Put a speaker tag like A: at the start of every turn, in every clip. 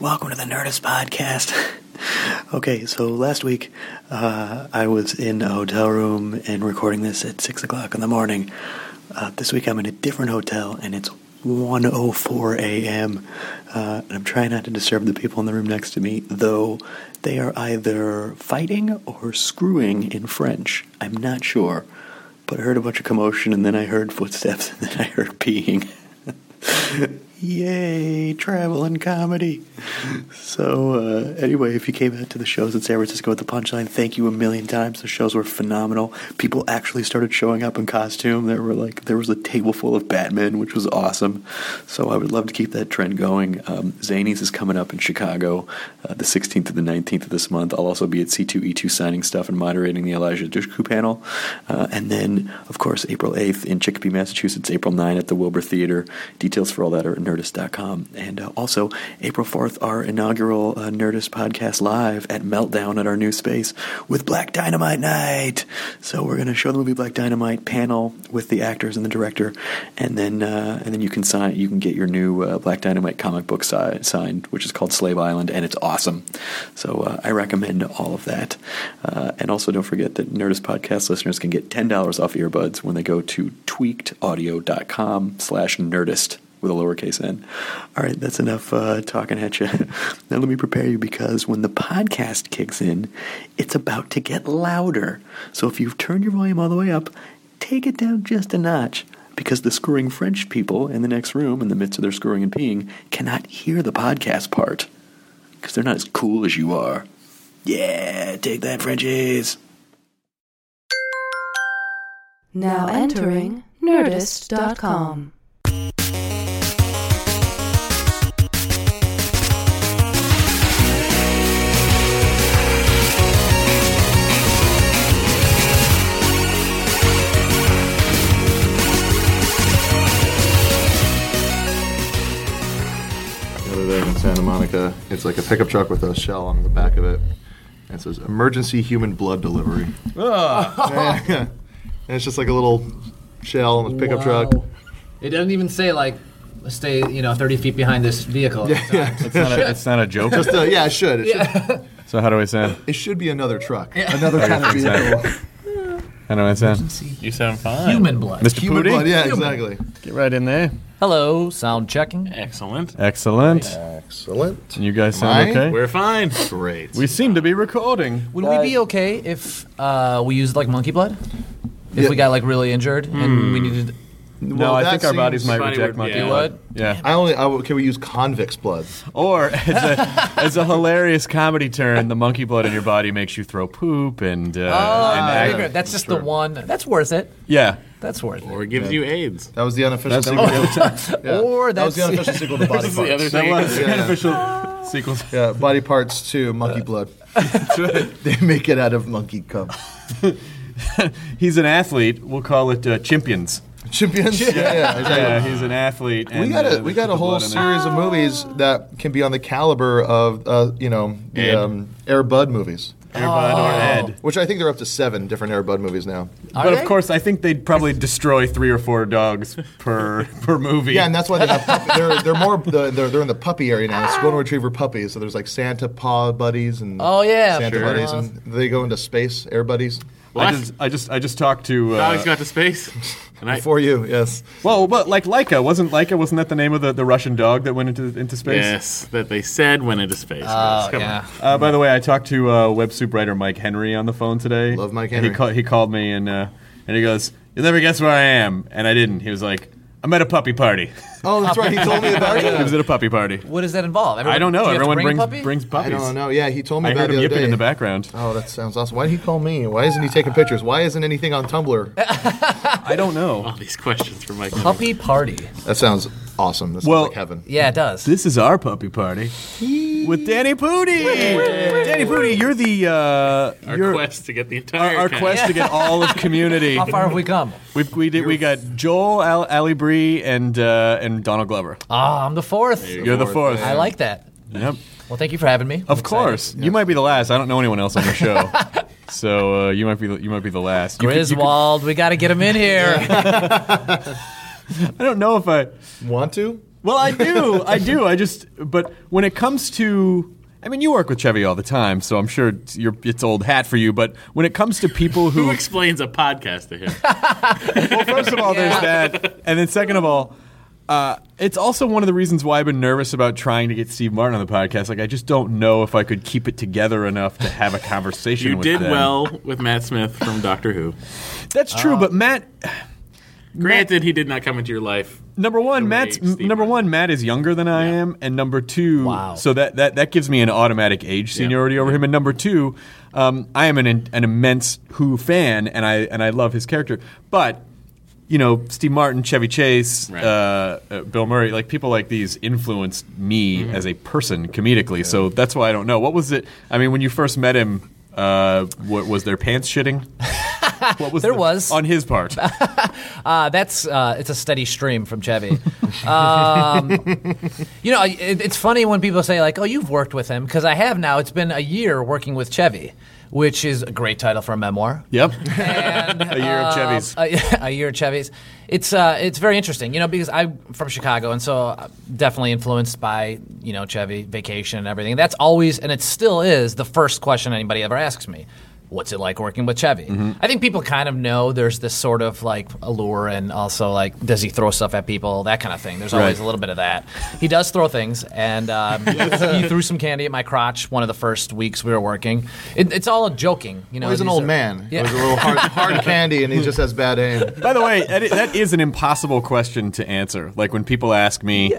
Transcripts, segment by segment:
A: Welcome to the Nerdist Podcast. okay, so last week uh, I was in a hotel room and recording this at 6 o'clock in the morning. Uh, this week I'm in a different hotel and it's 1.04 a.m. Uh, and I'm trying not to disturb the people in the room next to me, though they are either fighting or screwing in French. I'm not sure. But I heard a bunch of commotion and then I heard footsteps and then I heard peeing. Yay, travel and comedy. So, uh, anyway, if you came out to the shows in San Francisco at the Punchline, thank you a million times. The shows were phenomenal. People actually started showing up in costume. There were like there was a table full of Batman, which was awesome. So I would love to keep that trend going. Um, Zanies is coming up in Chicago, uh, the 16th to the 19th of this month. I'll also be at C2E2 signing stuff and moderating the Elijah Dushku panel, uh, and then of course April 8th in Chicopee, Massachusetts. April 9th at the Wilbur Theater. Details for all that are at Nerdist.com. And uh, also, April 4th, our inaugural uh, Nerdist podcast live at Meltdown at our new space with Black Dynamite Night. So we're going to show the movie Black Dynamite panel with the actors and the director, and then uh, and then you can sign you can get your new uh, Black Dynamite comic book si- signed, which is called Slave Island, and it's awesome. So uh, I recommend all of that. Uh, and also, don't forget that Nerdist podcast listeners can get ten dollars off earbuds when they go to tweakedaudio.com/nerdist with a lowercase n. All right, that's enough uh, talking at you. now let me prepare you because when the podcast kicks in, it's about to get louder. So if you've turned your volume all the way up, take it down just a notch because the screwing French people in the next room, in the midst of their screwing and peeing, cannot hear the podcast part because they're not as cool as you are. Yeah, take that, Frenchies.
B: Now entering Nerdist.com.
C: The other day in Santa Monica, it's like a pickup truck with a shell on the back of it. And it says emergency human blood delivery. and it's just like a little shell on the pickup truck.
D: Wow. It doesn't even say like stay, you know, 30 feet behind this vehicle. Yeah,
E: It's not, a, it's not a joke.
C: Just uh, yeah, it should. It, should.
E: so how do I sound?
C: it should be another truck. Another kind of vehicle.
E: Exactly. How do I sound?
F: You sound fine.
D: Human blood.
E: Mr.
C: Human
E: Pooty?
C: blood, yeah, exactly.
E: Get right in there.
D: Hello, sound checking.
F: Excellent.
E: Excellent.
C: Excellent.
E: You guys
C: I?
E: sound okay?
F: We're fine.
C: Great.
E: We seem to be recording.
D: Would we be okay if uh, we used like monkey blood? If
C: Yeah.
D: we got like really injured and we needed
E: no,
C: Well,
E: I
C: that
E: think our bodies
C: seems-
E: might
F: Body
E: reject
F: would-
E: monkey
F: yeah.
E: blood. Hmm. Yeah.
C: I only. I, will- can we use convicts' blood?
E: Or as a, as a hilarious comedy turn, the monkey blood in your body makes you throw poop and. Uh,
C: Ah.
E: and act-
D: that's just the one. That's worth it.
E: Yeah.
D: That's worth it.
F: Or it gives you AIDS.
C: That was the unofficial.
E: That's
C: sequel. Yeah.
D: Or
C: that was the
D: that's-
C: unofficial sequel to Body
F: This is the other
C: Parts.
E: That
F: thing.
E: was
C: Yeah, yeah.
E: unofficial sequels.
C: Yeah, Body Parts Two, Monkey Blood. they make it out of monkey cum.
E: He's an athlete. We'll call it uh, Chimpions.
C: Champions. Yeah, yeah, exactly.
E: Yeah, he's an athlete. And
C: we got
E: uh,
C: a
E: they
C: we got
E: put
C: a
E: the
C: whole
E: blood in there.
C: series of movies that can be on the caliber of uh, you know
F: Ed.
C: the um, Air Bud movies,
E: Airbud or Ed.
C: which I think they're up to seven different Air Bud movies now.
E: but of course, I think they'd probably destroy three or four dogs per per movie.
C: Yeah, and that's why they have puppy, they're they're more they're, they're they're in the puppy area now. It's golden retriever puppies. So there's like Santa Paw buddies and
D: Oh, yeah,
C: Santa
D: sure.
C: buddies, and they go into space Air Buddies.
E: I
F: What?
E: just, I just, I just talked to. Uh,
F: Alex got to space. And I,
C: Before you, yes.
E: Well, but like Laika wasn't Laika wasn't that the name of the, the Russian dog that went into into space?
F: yes, that they said went into space.
D: Oh,
C: Ah.
F: Yes, come
D: yeah.
E: Uh, by the way, I talked to uh, web soup writer Mike Henry on the phone today.
C: Love Mike
E: And He,
C: Henry.
E: ca- he called me and uh, and he goes, "You'll never guess where I am," and I didn't. He was like, "I'm at a puppy party."
C: Oh, that's right. He told me about
E: he was
C: it.
E: at a puppy party.
D: What does that involve? Everyone,
E: I don't
D: do
E: know.
D: you have to
E: Everyone
D: bring a
E: brings
D: puppy?
E: brings
C: I
E: puppies.
C: don't know. Yeah, he told me
E: I
C: about
E: heard
C: it
E: him
C: the other
E: yipping
C: day.
E: in the background.
C: Oh, that sounds awesome. Why did he call me? Why isn't he taking pictures? Why isn't anything on Tumblr?
E: I don't know.
F: All these questions from Mike.
D: puppy party.
C: That sounds awesome. That sounds
E: Well-
C: like heaven.
D: Yeah, it does.
E: This is our puppy party with Danny Pooty. Danny Pooty, you're the uh,
F: Our
E: you're
F: quest to get the
E: our,
F: entire
E: our
F: cast.
E: quest to get all of community.
D: How far have we come?
E: We we did we got Joel, Al, Ali Bree, and uh, and Donald Glover.
D: Ah, I'm the fourth.
E: You're the fourth.
D: I like that.
E: Yep.
D: Well, thank you for having me. I'm
E: Of
D: excited.
E: course, you might be the last. I don't know anyone else on the show, so uh, you might be the, you might be the last. You could- you could-
D: Griswold, we got to get him in here.
E: I don't know if I.
C: Want to?
E: Well, I do, I do. I just, but when it comes to, I mean, you work with Chevy all the time, so I'm sure it's, you're, it's old hat for you. But when it comes to people
F: Who
E: who,
F: explains a podcast to him?
E: well, first of all, there's that, and then second of all. Uh, it's also one of the reasons why I've been nervous about trying to get Steve Martin on the podcast. Like, I just don't know if I could keep it together enough to have a conversation.
F: you
E: with
F: did
E: them.
F: well with Matt Smith from Doctor Who.
E: That's true, but Matt,
F: Granted, he did not come into your life.
E: Number one,
F: Number
E: Matt's
F: eight, Steve
E: number
F: Martin.
E: one. Matt is younger than I am, and number two,
D: Wow.
E: so that, that that gives me an automatic age seniority over him. And number two, um, I am an an immense Who fan, and I and I love his character. But you know, Steve Martin, Chevy Chase,
F: Right.
E: uh, uh, Bill Murray, like people like these influenced me as a person comedically. So that's why I don't know what was it. I mean, when you first met him. Uh, what was there pants shitting? What was
D: There was.
E: on his part.
D: Uh, that's uh, it's a steady stream from Chevy. um, you know, it, it's funny when people say like, "Oh, you've worked with him," because I have now. It's been a year working with Chevy, which is a great title for a memoir.
E: Yep,
D: And,
E: a year of
D: um,
E: Chevy's.
D: a, a year at Chevy's. It's uh, it's very interesting, you know, because I'm from Chicago, and so I'm definitely influenced by you know Chevy vacation and everything. That's always, and it still is, the first question anybody ever asks me. What's it like working with Chevy? I think people kind of know there's this sort of like allure and also like does he throw stuff at people that kind of thing. There's always
E: Right.
D: a little bit of that. He does throw things, and um, he threw some candy at my crotch one of the first weeks we were working. It, it's all joking, you know.
C: Well, he's an
D: these
C: old
D: are-
C: man.
D: Yeah.
C: It was a little hard, hard candy, and he just has bad aim.
E: By the way, that i- that is an impossible question to answer. Like when people ask me,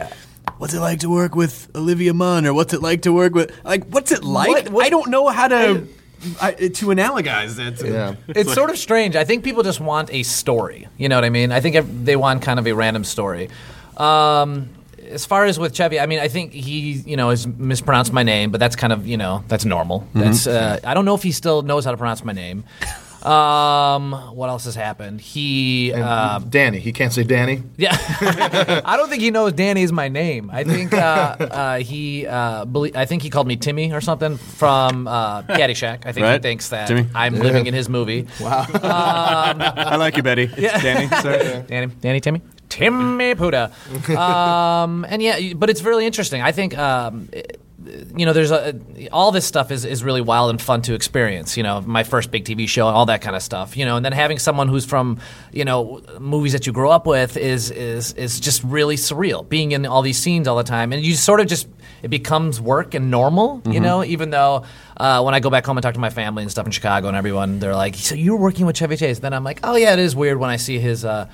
E: "What's it like to work with Olivia Munn?" or "What's it like to work with?" Like, what's it like? I don't know how to I, to analogize that.
C: Yeah.
D: It's sort of strange. I think people just want a story. You know what I mean? I think ev- they want kind of a random story. Um, as far as with Chevy, I mean, I think he, you know, has mispronounced my name, but that's kind of, you know, that's normal.
E: Mm-hmm.
D: That's uh, I don't know if he still knows how to pronounce my name. Um, what else has happened? He, uh,
C: Danny. He can't say Danny.
D: yeah, I don't think he knows Danny is my name. I think uh, uh, he, uh, belie- I think he called me Timmy or something from uh, Caddyshack. I think he
E: Right.
D: thinks that
E: Timmy.
D: I'm living in his movie.
E: I like you, Betty. It's Danny. Sorry.
D: Danny, Danny, Timmy, Timmy Puda. Um, and yeah, you- but it's really interesting. I think. Um, it- you know, there's a, all this stuff is, is really wild and fun to experience. You know, my first big TV show and all that kind of stuff. You know, and then having someone who's from you know movies that you grow up with is is is just really surreal. Being in all these scenes all the time, and you sort of just it becomes work and normal.
C: Mm-hmm.
D: You know, even though uh, when I go back home and talk to my family and stuff in Chicago and everyone, they're like, "So you were working with Chevy Chase?" Then I'm like, "Oh yeah, it is weird when I see his." Uh,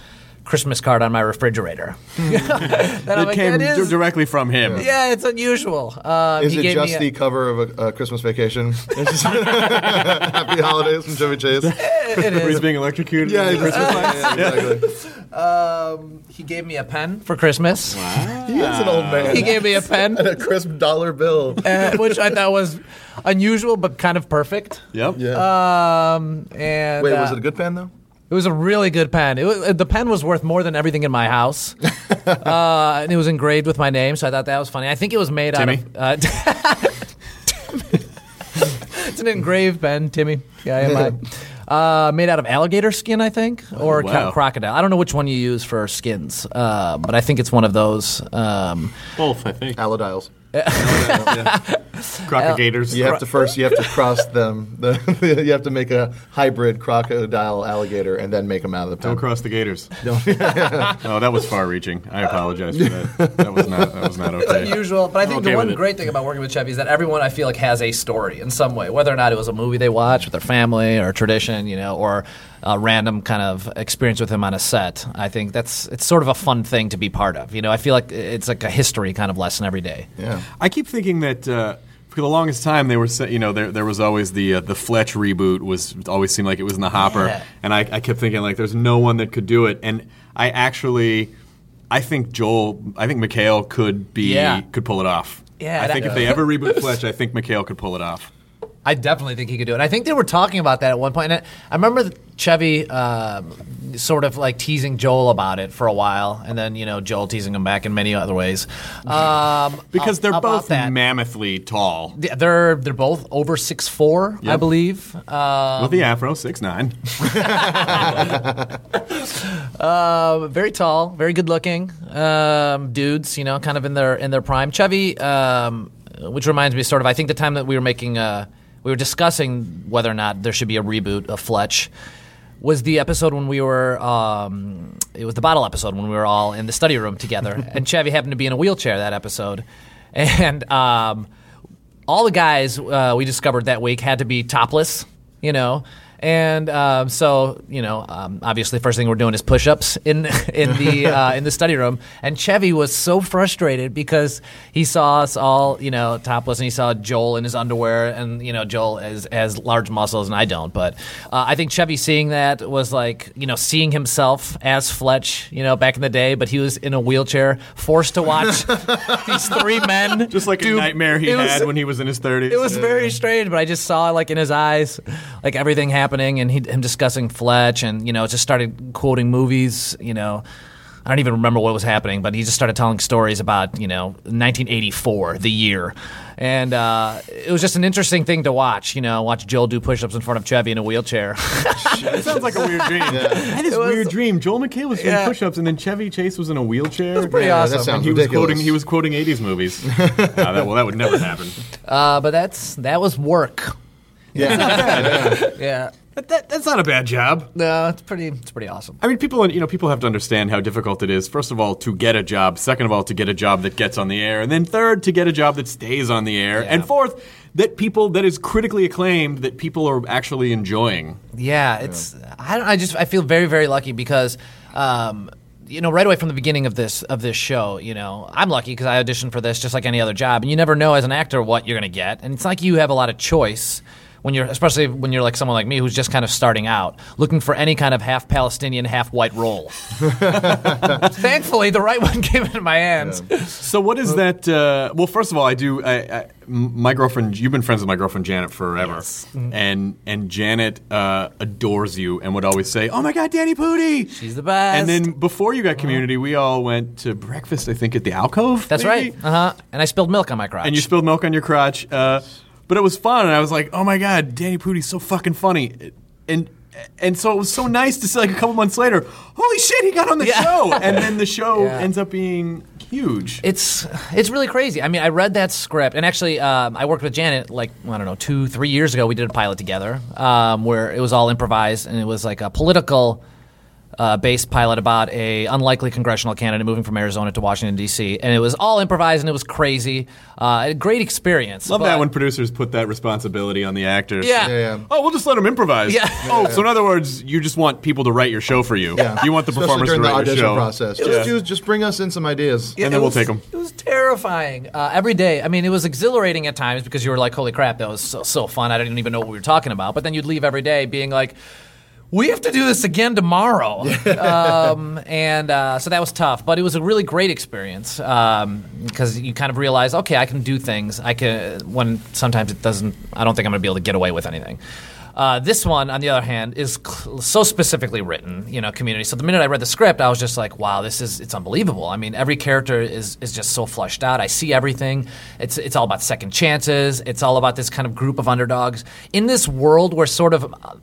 D: Christmas card on my refrigerator. Then I'm
E: It
D: like,
E: came
D: "That
E: di-
D: is-
E: directly from him.
D: yeah, it's unusual. Um,
C: Is
D: he
C: it
D: gave
C: just
D: me
C: the cover of a, a Christmas vacation? It's just- Happy holidays from Chevy Chase. Yeah,
D: a, it
E: Where he's
D: is.
E: being electrocuted.
C: yeah,
E: in the Christmas lights.
C: yeah, exactly.
D: Um, he gave me a pen for Christmas.
C: He is an old man.
D: He gave me a pen,
C: a crisp dollar bill.
D: uh, which I thought was unusual but kind of perfect.
E: Yep.
C: Yeah.
D: Um, and
C: Wait,
D: uh,
C: was it a good pen though?
D: It was a really good pen. It was, the pen was worth more than everything in my house, uh, and it was engraved with my name, so I thought that was funny. I think it was made
E: Timmy?
D: out of. Uh, it's an engraved pen, Timmy. Yeah, I am. I. Uh, made out of alligator skin, I think,
C: Oh,
D: or co-
E: wow.
D: crocodile. I don't know which one you use for skins, uh, but I think it's one of those. Um,
F: Both, I think.
C: Allodiles.
F: Crocodigators.
C: You have to first. You have to cross them. The, you have to make a hybrid crocodile alligator, and then make them out of the pen.
E: Don't cross the gators. oh, that was far-reaching. I apologize for that. That was not. That was not okay.
D: unusual, but I think
F: okay
D: the one
F: with it.
D: great thing about working with Chevy is that everyone I feel like has a story in some way, whether or not it was a movie they watched with their family or a tradition, you know, or a random kind of experience with him on a set. I think that's it's sort of a fun thing to be part of. You know, I feel like it's like a history kind of lesson every day.
C: Yeah.
E: I keep thinking that uh, for the longest time they were, sa- you know, there there was always the uh, the Fletch reboot was always seemed like it was in the hopper,
D: Yeah.
E: and I, I kept thinking like there's no one that could do it, and I actually. I think Joel, I think Mikhail could be
D: Yeah.
E: could pull it off.
D: Yeah,
E: I
D: that-
E: think if they ever reboot Fletch, I think Mikhail could pull it off.
D: I definitely think he could do it. I think they were talking about that at one point. And I remember Chevy um, sort of like teasing Joel about it for a while, and then you know Joel teasing him back in many other ways. Um,
E: Because they're
D: about
E: both
D: that.
E: mammothly tall.
D: Yeah, they're they're both over six four, I
E: Yep.
D: believe. Uh,
E: With the afro, six nine.
D: uh, very tall, very good looking um, dudes. You know, kind of in their in their prime. Chevy, um, which reminds me, sort of. I think the time that we were making, uh, we were discussing whether or not there should be a reboot of Fletch. Was the episode when we were? Um, it was the bottle episode when we were all in the study room together, and Chevy happened to be in a wheelchair that episode, and. Um, all the guys uh, we discovered that week had to be topless, you know. And um, so, you know, um, obviously, first thing we're doing is push-ups in in the uh, in the study room. And Chevy was so frustrated because he saw us all, you know, topless, and he saw Joel in his underwear, and you know, Joel has, has large muscles, and I don't. But uh, I think Chevy seeing that was like, you know, seeing himself as Fletch, you know, back in the day, but he was in a wheelchair, forced to watch these three men,
E: Just like
D: do-
E: a nightmare he
D: it was-
E: had when he was in his 30s.
D: it was very strange, but I just saw like in his eyes, like everything happening, and he, him discussing Fletch, and you know, just started quoting movies. You know, I don't even remember what was happening, but he just started telling stories about you know 1984, the year, and uh, it was just an interesting thing to watch. You know, watch Joel do push-ups in front of Chevy in a wheelchair.
E: That sounds like a weird dream. That is a weird dream. Joel McHale was doing push-ups, and then Chevy Chase was in a wheelchair. That's
D: pretty Yeah, awesome.
C: that sounds
E: he
C: ridiculous.
E: Was quoting, he was quoting 80s movies. Nah, that, well, that would never happen.
D: uh, but that's that was work.
C: Yeah.
D: Yeah,
E: But that, that's not a bad job.
D: no, it's pretty, it's pretty awesome.
E: I mean, people, you know, people have to understand how difficult it is. First of all, to get a job. Second of all, to get a job that gets on the air, and then third, to get a job that stays on the air, and fourth, that people that is critically acclaimed that people are actually enjoying.
D: Yeah, it's. I don't. I just. I feel very, very lucky because, um, you know, right away from the beginning of this of this show, you know, I'm lucky because I auditioned for this just like any other job, and you never know as an actor what you're going to get, and it's like you have a lot of choice. When you're, especially when you're like someone like me who's just kind of starting out, looking for any kind of half Palestinian, half white role. Thankfully, the right one came into my hands.
E: So what is that? Uh, well, first of all, I do. I, I, m- my girlfriend. You've been friends with my girlfriend Janet forever,
D: Mm-hmm.
E: and and Janet uh, adores you and would always say, "Oh my God, Danny Pooty,
D: She's the best. Uh-huh.
E: And then before you got Community, we all went to breakfast. I think at the alcove.
D: That's
E: maybe?
D: right. Uh huh. And I spilled milk on my crotch.
E: And you spilled milk on your crotch. Uh, but it was fun, and I was like, "Oh my God, Danny Pooty's so fucking funny," and. And so it was so nice to see, like a couple months later, holy shit, he got on the show! And then the show ends up being huge.
D: It's it's really crazy. I mean, I read that script, and actually, um, I worked with Janet like I don't know two three years ago. We did a pilot together um, where it was all improvised, and it was like a political uh, based pilot about a unlikely congressional candidate moving from Arizona to Washington D.C. And it was all improvised, and it was crazy. Uh, a great experience.
E: Love
D: but-
E: that when producers put that responsibility on the actors.
D: Yeah. Yeah,
C: yeah.
E: Oh, we'll just let them improvise.
D: Yeah.
E: Oh, so in other words, you just want people to write your show for you. You want the
C: Especially
E: performers to
C: during the
E: write
C: audition
E: your show.
C: process.
E: Yeah.
C: Just, use- just bring us in some ideas.
E: And then
D: it
E: we'll
D: was-
E: take 'em.
D: It was terrifying uh, every day. I mean, it was exhilarating at times because you were like, "Holy crap, that was so, so fun!" I didn't even know what we were talking about. But then you'd leave every day being like. We have to do this again tomorrow, um, and uh, so that was tough. But it was a really great experience because you kind of realize, okay, I can do things. I can when sometimes it doesn't. I don't think I'm going to be able to get away with anything. Uh, this one, on the other hand, is cl- so specifically written, you know, community. So the minute I read the script, I was just like, wow, this is it's unbelievable. I mean, every character is is just so fleshed out. I see everything. It's it's all about second chances. It's all about this kind of group of underdogs in this world where sort of. uh,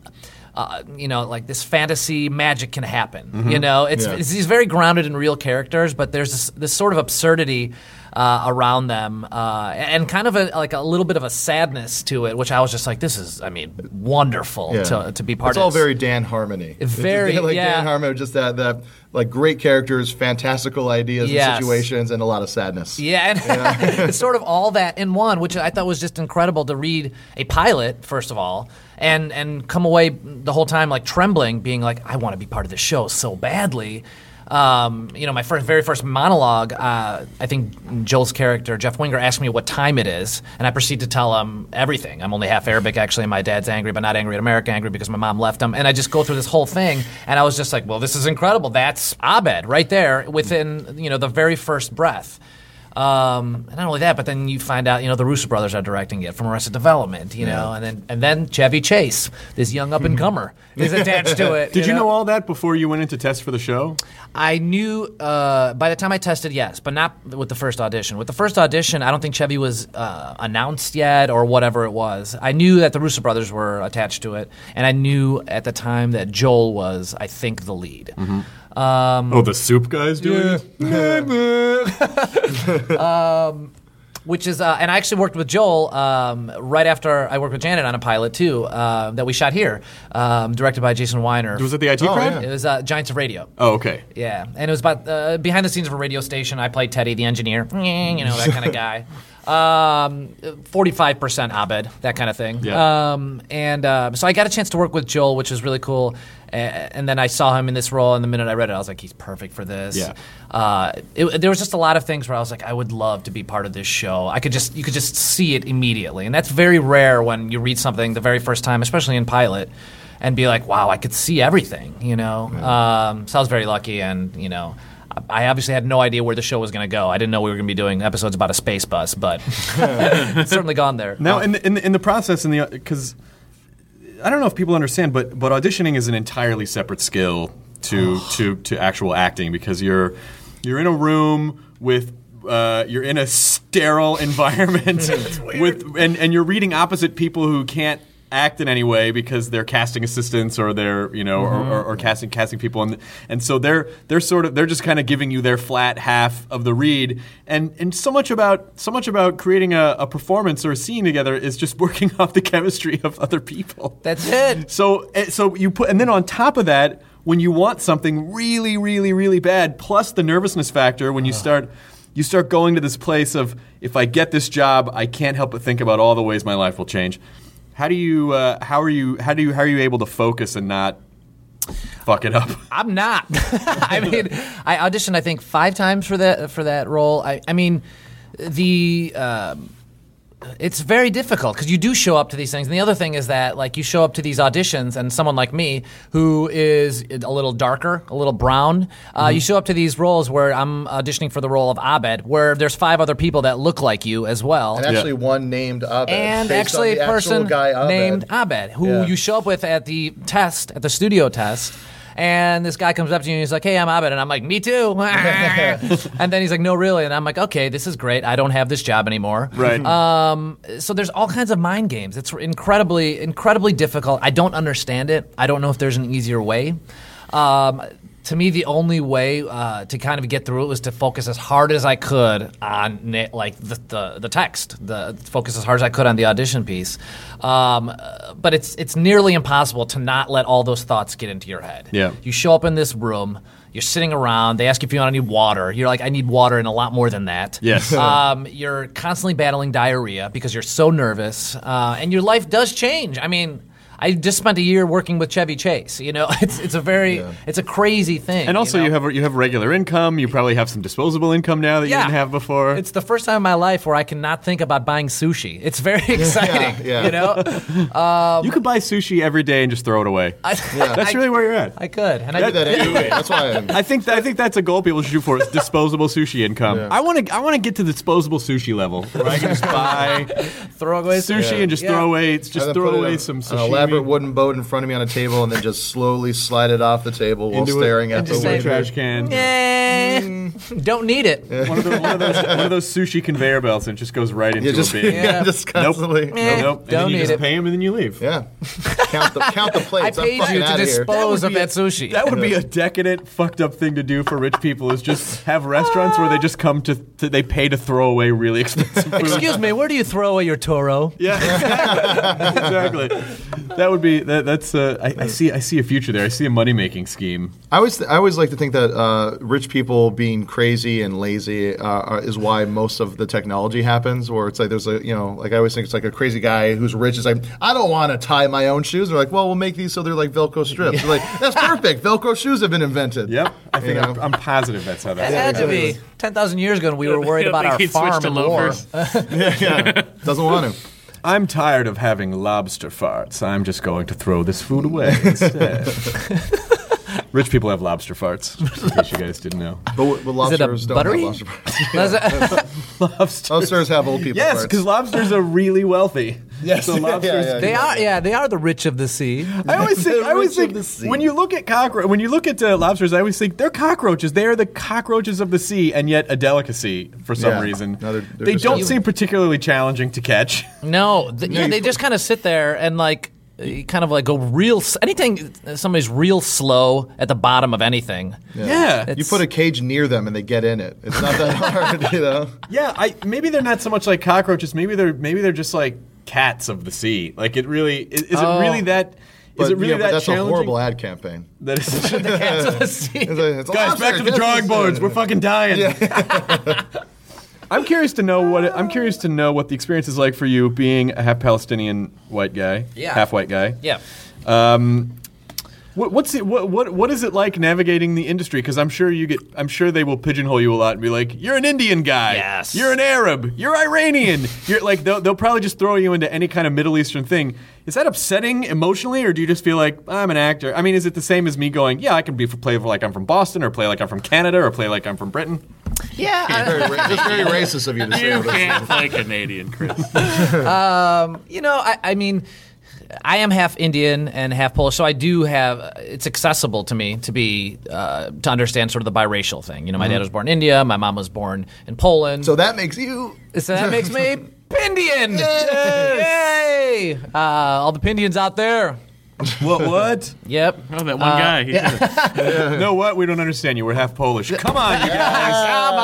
D: Uh, you know, like this fantasy magic can happen. You know,
C: Mm-hmm.
D: it's,
C: Yeah.
D: it's these very grounded and real characters, but there's this, this sort of absurdity uh, around them, uh, and kind of a, like a little bit of a sadness to it, which I was just like, this is, I mean, wonderful
C: Yeah.
D: to, to be part
C: it's
D: of.
C: all very Dan Harmony. It's just
D: Very,
C: like
D: yeah.
C: Dan Harmon, just that that like great characters, fantastical ideas
D: Yes.
C: and situations, and a lot of sadness.
D: Yeah, and it's sort of all that in one, which I thought was just incredible to read a pilot first of all, and and come away the whole time like trembling, being like, I want to be part of the show so badly. Um, you know, my first, very first monologue, uh, I think Joel's character, Jeff Winger, asked me what time it is, and I proceed to tell him everything. I'm only half Arabic, actually, and my dad's angry, but not angry at America, angry because my mom left him. And I just go through this whole thing, and I was just like, well, this is incredible. That's Abed right there within, you know, the very first breath. Um, and not only that, but then you find out, you know, the Russo brothers are directing it from Arrested Development, you know, and then and then Chevy Chase, this young up and comer, is attached to it.
E: Mm-hmm. Did you know all that before you went into test for the show?
D: I knew uh, by the time I tested, yes, but not with the first audition. With the first audition, I don't think Chevy was uh, announced yet or whatever it was. I knew that the Russo brothers were attached to it, and I knew at the time that Joel was, I think, the lead. Um,
E: Oh, the soup guys doing
D: Yeah.
E: it?
D: which is uh, and I actually worked with Joel um, right after I worked with Janet on a pilot too uh, that we shot here, um, directed by Jason Weiner.
E: Was it the IT
C: Oh,
E: crowd?
D: It was uh, Giants of Radio.
E: Oh, okay.
D: Yeah, and it was about uh, behind the scenes of a radio station. I played Teddy, the engineer, you know that kind of guy. Um, Forty-five percent Abed, that kind of thing.
E: Yeah.
D: Um, and uh, so I got a chance to work with Joel, which was really cool. A- And then I saw him in this role, and the minute I read it, I was like, he's perfect for this.
E: Yeah.
D: Uh, it, there was just a lot of things where I was like, I would love to be part of this show. I could just you could just see it immediately, and that's very rare when you read something the very first time, especially in pilot, and be like, wow, I could see everything. You know, um, so I was very lucky, and you know. I I obviously had no idea where the show was going to go. I didn't know we were going to be doing episodes about a space bus, but it's certainly gone there.
E: Now, in the, in the, in the process, in the because I don't know if people understand, but but auditioning is an entirely separate skill to to to actual acting because you're you're in a room with. Uh, you're in a sterile environment with and, and you're reading opposite people who can't act in any way because they're casting assistants or they're you know or, or, or casting casting people and and so they're they're sort of they're just kind of giving you their flat half of the read and and so much about so much about creating a, a performance or a scene together is just working off the chemistry of other people
D: That's it.
E: so eh, so you put and then on top of that, when you want something really, really, really bad, plus the nervousness factor,
D: Uh-huh.
E: when you start you start going to this place of if I get this job, I can't help but think about all the ways my life will change. How do you uh, how are you how do you how are you able to focus and not fuck it up?
D: I'm not. I mean, I auditioned I think five times for that for that role. I, I mean, the um, it's very difficult because you do show up to these things. And the other thing is that like you show up to these auditions, and someone like me who is a little darker, a little brown, uh, you show up to these roles where I'm auditioning for the role of Abed, where there's five other people that look like you as well.
C: And actually, one named Abed.
D: and
C: based on
D: actually
C: the
D: a
C: actual
D: person
C: guy Abed.
D: named Abed, who
C: Yeah.
D: you show up with at the test, at the studio test. And this guy comes up to you and he's like, "Hey, I'm Abed," and I'm like, "Me too." and then he's like, "No, really," and I'm like, "Okay, this is great. I don't have this job anymore."
E: Right.
D: Um, so there's all kinds of mind games. It's incredibly, incredibly difficult. I don't understand it. I don't know if there's an easier way. Um, to me, the only way uh, to kind of get through it was to focus as hard as I could on it, like the, the the text, the focus as hard as I could on the audition piece. Um, uh, but it's it's nearly impossible to not let all those thoughts get into your head.
E: Yeah.
D: You show up in this room. You're sitting around. They ask you if you want any water. You're like, I need water and a lot more than that.
E: Yes.
D: Um, you're constantly battling diarrhea because you're so nervous, uh, and your life does change. I mean, I just spent a year working with Chevy Chase. You know, it's it's a very it's a crazy thing.
E: and also
D: know?
E: you, have you have regular income, you probably have some disposable income now that you didn't have before.
D: It's the first time in my life where I cannot think about buying sushi. It's very exciting.
C: yeah.
D: You know,
E: you could buy sushi every day and just throw it away.
D: um, I,
E: That's
D: I-
E: really where you're at.
D: I could, and I
C: I did that anyway. That's why. I'm,
E: I think I think that's a goal people should shoot for is disposable sushi income. I want to I want to get to the disposable sushi level where I can just buy
D: throw away
E: sushi and just
D: Yeah.
E: throw away it's
C: And
E: just
C: then
E: throw
C: put it
E: away
C: on
E: some
C: an
E: sashimi.
C: elaborate separate wooden boat in front of me on a table and then just slowly slide it off the table while
E: Into a-
C: staring at
E: into
C: the
E: a
C: wooden-
E: trash can.
D: Eh,
E: Mm.
D: Don't need it.
E: One of, those, one, of those, one of those sushi conveyor belts and it just goes right into
C: Yeah, just,
E: a bin.
C: yeah, just constantly.
E: Nope. Nope. nope. And then
D: Don't
E: you
D: need
E: just
D: it.
E: pay him and then you leave.
C: Yeah. count, the, count the
D: I
C: plates.
D: paid
C: am fucking
D: you to
C: out of here.
D: dispose of
E: That would be
D: that
E: a-
D: sushi.
E: That would be a decadent, fucked up thing to do for rich people is just have restaurants where they just come to, to they pay to throw away really expensive food.
D: Excuse me, where do you throw away your Toro?
E: Yeah, exactly. That would be that, that's. Uh, I, I see. I see a future there. I see a money making scheme.
C: I always, I always like to think that uh, rich people being crazy and lazy uh, are, is why most of the technology happens. Where it's like there's a, you know, like I always think it's like a crazy guy who's rich is like, I don't want to tie my own shoes. They're like, well, we'll make these so they're like Velcro strips. They're like, that's perfect. Velcro shoes have been invented.
E: Yep. I think
C: You
E: I'm, I'm positive that's how that.
D: It had to be. 10,000 years ago, we were worried about our
F: He'd switch
D: farm
F: to
D: and war.
F: loafers.
C: Doesn't want to.
E: I'm tired of having lobster farts. I'm just going to throw this food away instead. Rich people have lobster farts. In case you guys didn't know,
C: But, what- but
D: Is it a
C: lobsters don't have
D: buttery?
C: lobster parts.
E: lobster.
C: Lobsters have old Oh, people
E: Yes,
C: parts.
E: because lobsters are really wealthy.
C: Yes.
E: so
C: Yeah,
E: lobsters.
C: yeah,
D: They are, yeah, they are the rich of the sea.
E: I always think.
C: The
E: I always
C: rich of
E: think
C: the sea.
E: when you look at cockro- when you look at uh, lobsters, I always think they're cockroaches. They are the cockroaches of the sea, and yet a delicacy for some
C: Yeah.
E: reason.
C: No, they're- they're
E: they
C: just-
E: don't seem particularly challenging to catch.
D: No, th- yeah, they just kind of sit there and like uh, kind of like go real. s- Anything uh, somebody's real slow at the bottom of anything.
E: Yeah,
C: You put a cage near them and they get in it. It's not that hard, you know.
E: yeah. I maybe they're not so much like cockroaches. Maybe they're maybe they're just like cats of the sea. Like it really is. is it really that? Is it really
C: yeah,
E: that
C: but that's
E: challenging?
C: a horrible ad campaign.
E: That is-
C: It's like, it's
E: Guys,
C: lobster,
E: back to the
C: get
E: drawing
C: this-
E: boards. We're fucking dying. I'm curious to know what it, I'm curious to know what the experience is like for you being a half Palestinian white guy,
D: Yeah.
E: half white guy.
D: Yeah.
E: Um, what, what's it, what what what is it like navigating the industry? Because I'm sure you get I'm sure they will pigeonhole you a lot and be like, you're an Indian guy.
D: Yes.
E: You're an Arab. You're Iranian. you're like they'll they'll probably just throw you into any kind of Middle Eastern thing. Is that upsetting emotionally, or do you just feel like I'm an actor? I mean, is it the same as me going, yeah, I can be play like I'm from Boston, or play like I'm from Canada, or play like I'm from Britain?
D: Yeah, I-
C: Very ra- It's very racist of you to say.
F: You
C: this.
F: can't play Canadian, Chris.
D: you know, I, I mean, I am half Indian and half Polish, so I do have. It's accessible to me to be uh, to understand sort of the biracial thing. You know, my dad was born in India, my mom was born in Poland,
C: So that makes you.
D: so that makes me Pindian. Yay! Uh, all the Pindians out there.
E: What what?
D: Yep.
F: Oh, that one guy. He did it.
E: no what? We don't understand you. We're half Polish. Come on, you guys. Come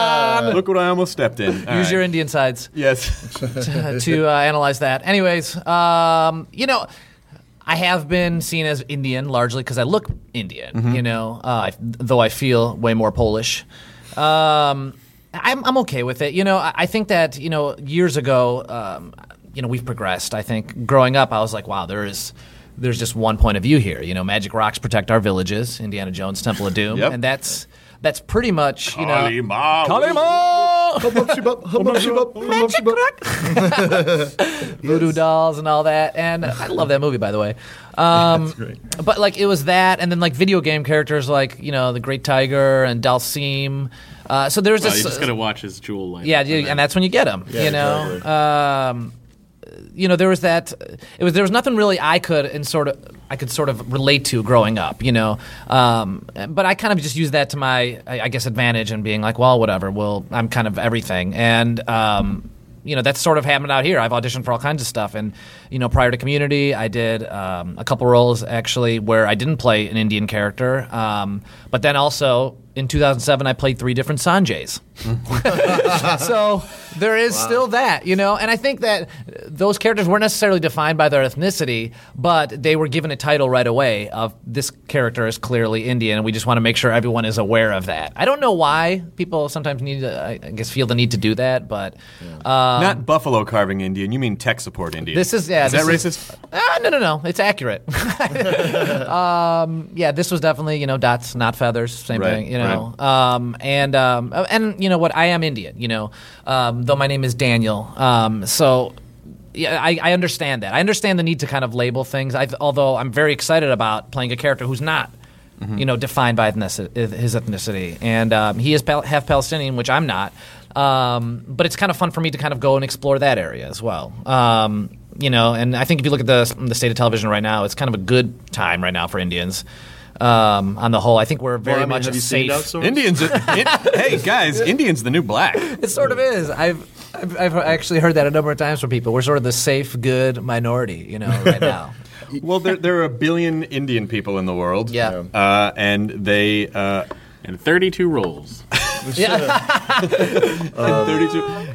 E: on. Look what I almost stepped in. All
D: Use
E: right.
D: your Indian sides.
E: yes.
D: to uh, analyze that. Anyways, um, you know, I have been seen as Indian largely because I look Indian.
E: Mm-hmm.
D: You know, uh, I, though I feel way more Polish. Um, I'm I'm okay with it. You know, I, I think that you know years ago, um, you know, we've progressed. I think growing up, I was like, wow, there is. There's just one point of view here, you know. Magic rocks protect our villages, Indiana Jones, Temple of Doom,
E: Yep.
D: and that's that's pretty much you know.
E: Kalima.
D: Kalima!
C: Magic
D: voodoo dolls and all that. And I love that movie, by the way. Um, But like it was that, and then like video game characters like you know the Great Tiger and Dalsim. Uh, so there's
F: Well,
D: this.
F: you just gotta watch his jewel light.
D: yeah, you- and that's when you get them. you know, um, you know there was that. It was there was nothing really I could and sort of I could sort of relate to growing up. You know, um, but I kind of just used that to my I I guess advantage and being like, well, whatever. Well, I'm kind of everything, and um, you know that's sort of happened out here. I've auditioned for all kinds of stuff, and you know prior to Community, I did um, a couple roles actually where I didn't play an Indian character, um, but then also. In 2007, I played three different Sanjays so there is still that, you know. And I think that uh, those characters weren't necessarily defined by their ethnicity, but they were given a title right away of this character is clearly Indian, and we just want to make sure everyone is aware of that. I don't know why people sometimes need to, I I guess, feel the need to do that, but
E: Not buffalo carving Indian. You mean tech support Indian.
D: um, this is yeah.
E: Is that
D: this
E: racist?
D: Ah, no, no, no. It's accurate. um, yeah, this was definitely you know dots, not feathers. Same
E: Right,
D: thing, you know. Um, and um, uh, and you know what? I am Indian. You know, um, though my name is Daniel. Um, so. Yeah, I, I understand that. I understand the need to kind of label things. I've, although I'm very excited about playing a character who's not,
E: Mm-hmm.
D: you know, defined by ethnici- his ethnicity, and um, he is pal- half Palestinian, which I'm not. Um, but it's kind of fun for me to kind of go and explore that area as well. Um, you know, and I think if you look at the the state of television right now, it's kind of a good time right now for Indians. Um, on the whole, I think we're very
E: I mean,
D: much
E: have you seen
D: safe.
E: Outsourced? Indians are- in- hey, guys, Indians the new black.
G: It sort of is. I've, I've I've actually heard that a number of times from people. We're sort of the safe, good minority, you know, right now.
E: well, there, there are a billion Indian people in the world. Yeah. Uh, and they. Uh, and 32 rules.
C: uh,
E: and 32.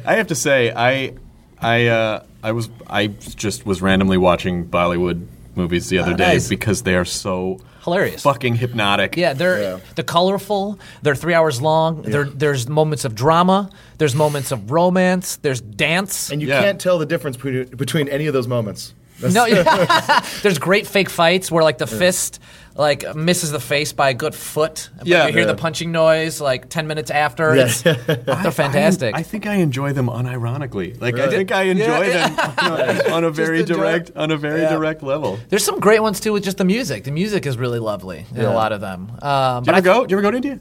E: I have to say, I, I, uh, I was, I just was randomly watching Bollywood movies the other
D: Ah,
E: day
D: nice.
E: because they are so
D: Hilarious.
E: fucking hypnotic.
D: Yeah, they're they're colorful. They're three hours long. There, there's moments of drama. There's moments of romance. There's dance.
H: And you can't tell the difference between, between any of those moments. That's-
D: no, there's great fake fights where like the
H: Yeah.
D: fist like misses the face by a good foot. but
E: Yeah.
D: you hear the
E: Yeah.
D: punching noise like ten minutes after.
E: Yeah.
D: It's, they're fantastic.
E: I, I think I enjoy them unironically. Like I
D: Really?
E: think I enjoy
D: Yeah.
E: them on a
D: Just
E: very
D: enjoy-
E: direct, on a very
D: Yeah.
E: direct level.
D: there's some great ones too with just the music. The music is really lovely in
E: Yeah.
D: a lot of them. Um,
E: Do you ever go? Do you ever go to India?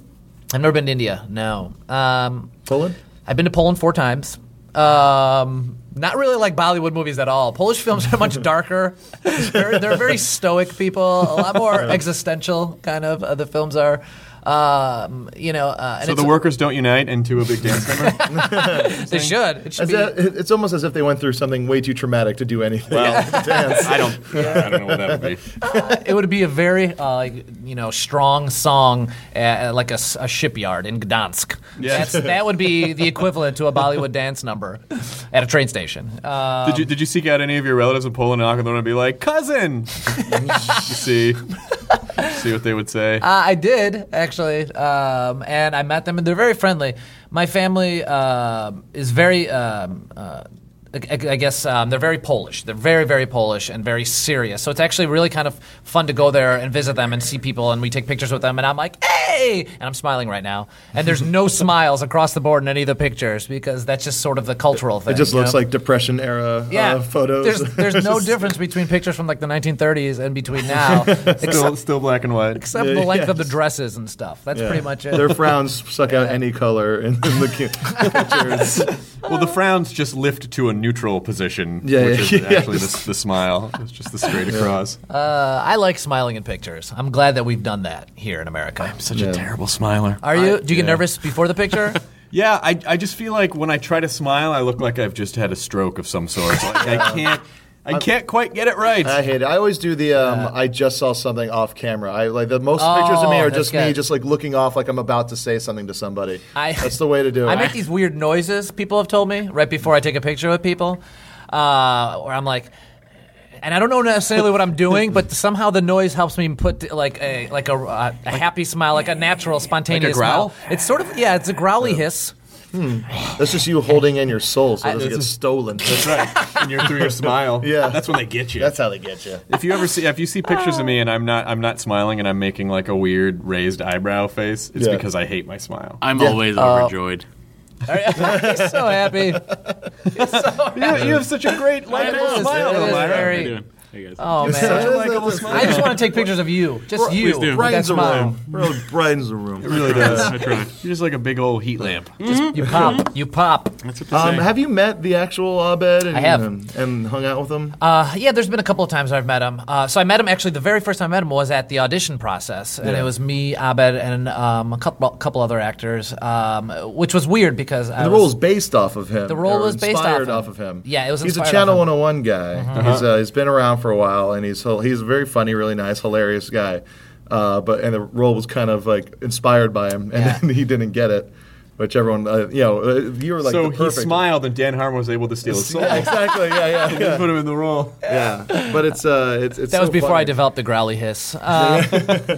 D: I've never been to India. No. Um, Poland. I've been to Poland four times. Um, not really like Bollywood movies at all. Polish films are much darker. they're, they're very stoic people. A lot more
E: Yeah.
D: existential kind of. Uh, the films are, um, you know. Uh, and
E: so the
D: it's-
E: workers don't unite into a big dance number.
D: They should. It should
H: As
D: be.
H: a- it's almost as if they went through something way too traumatic to do anything. dance.
E: I don't. I don't know what that would be.
D: it would be a very uh, like, you know strong song uh, like a, s- a shipyard in Gdansk.
E: Yeah.
D: That's, that would be the equivalent to a Bollywood dance number at a train station. Um,
E: did you did you seek out any of your relatives in Poland and knock on the door and be like, cousin? see, see what they would say.
D: Uh, I did actually, um, and I met them, and they're very friendly. My family um is very. Um, uh, I, I- I guess um, they're very Polish. They're very, very Polish and very serious. So it's actually really kind of fun to go there and visit them and see people, and we take pictures with them. And I'm like, hey, and I'm smiling right now. And there's no smiles across the board in any of the pictures because that's just sort of the cultural thing.
H: It just
D: you
H: looks
D: know?
H: like Depression era
D: Yeah,
H: uh, photos.
D: There's, there's no difference between pictures from like the 1930s and between now,
E: still, still black and white.
D: except for the length of the dresses and stuff. That's
H: Yeah.
D: pretty much it.
H: Their frowns suck out any color in, in the cu- pictures.
E: Well,
D: uh,
E: the frowns just lift to a neutral position,
H: Yeah,
E: which
H: yeah,
E: is
H: yeah.
E: actually the, the smile. It's just the straight
D: Yeah.
E: across.
D: Uh, I like smiling in pictures. I'm glad that we've done that here in America. I'm
E: such a Yeah. terrible smiler.
D: Are you?
E: I-
D: Do you get
E: yeah.
D: nervous before the picture?
E: Yeah, I, I just feel like when I try to smile, I look like I've just had a stroke of some sort. Like, I can't. I can't quite get it right.
H: I hate it. I always do the um, I just saw something off camera. I like the most pictures of me
D: Oh,
H: are
D: that's
H: just me
D: good.
H: just like looking off like I'm about to say something to somebody.
D: I-
H: that's the way to do it.
D: I make these weird noises. People have told me right before I take a picture with people, uh, where I'm like. And I don't know necessarily what I'm doing, but somehow the noise helps me put like a like a, uh, a happy smile, like a natural, spontaneous
H: growl?
D: Smile. It's sort of yeah, it's a growly hiss.
H: Hmm. That's just you holding in your soul so
D: I-
H: it doesn't
D: That's
H: get
D: a-
H: stolen.
E: That's right. And you're through your smile.
H: Yeah.
E: That's when they get you.
H: That's how they get you.
E: If you ever see if you see pictures of me and I'm not I'm not smiling and I'm making like a weird raised eyebrow face, it's
F: Yeah.
E: because I hate my smile.
F: I'm
E: Yeah.
F: always
E: Uh,
F: overjoyed.
D: He's so happy. He's so
E: You, you have such a great
D: It
E: likable
D: is,
E: smile.
D: it is
E: Elmira.
D: very- Oh man,
E: You're such a
D: It's-
E: likable
D: it's-
E: smile.
D: I just want to take pictures of you, just
E: Please
D: you.
E: do.
D: with
E: Brian's
D: that
E: a
D: smile.
E: room.
H: Bro, brightens the room.
E: It really does. You're just like a big old heat lamp.
H: Mm-hmm.
D: Just, you pop. You pop.
E: That's what
H: Um, have you met the actual Abed? And,
D: I have.
H: And, hung out with him?
D: Uh, yeah, there's been a couple of times I've met him. Uh, so I met him actually. The very first time I met him was at the audition process, and
H: Yeah.
D: it was me, Abed, and um, a couple couple other actors, um, which was weird because I
H: And the
D: was-
H: role is based off of him.
D: The role
H: or
D: was based off
H: inspired
D: him.
H: off of him.
D: Yeah, it was
H: He's a
D: inspired off
H: Channel
D: him.
H: 101 guy.
D: Mhm.
H: He's, uh, he's been around for a while, and he's he's a very funny, really nice, hilarious guy. Uh, but and the role was kind of like inspired by him, and
E: Yeah.
H: then he didn't get it. Which everyone, uh, you know, uh, you were like
E: so
H: the
E: he
H: perfect.
E: smiled and Dan Harmon was able to steal his soul.
H: Yeah, exactly. Yeah, yeah,
E: They
H: yeah.
E: put him in the role.
H: yeah, but it's uh, it's, it's
D: that
H: so
D: was before
H: funny.
D: I developed the growly hiss. Um,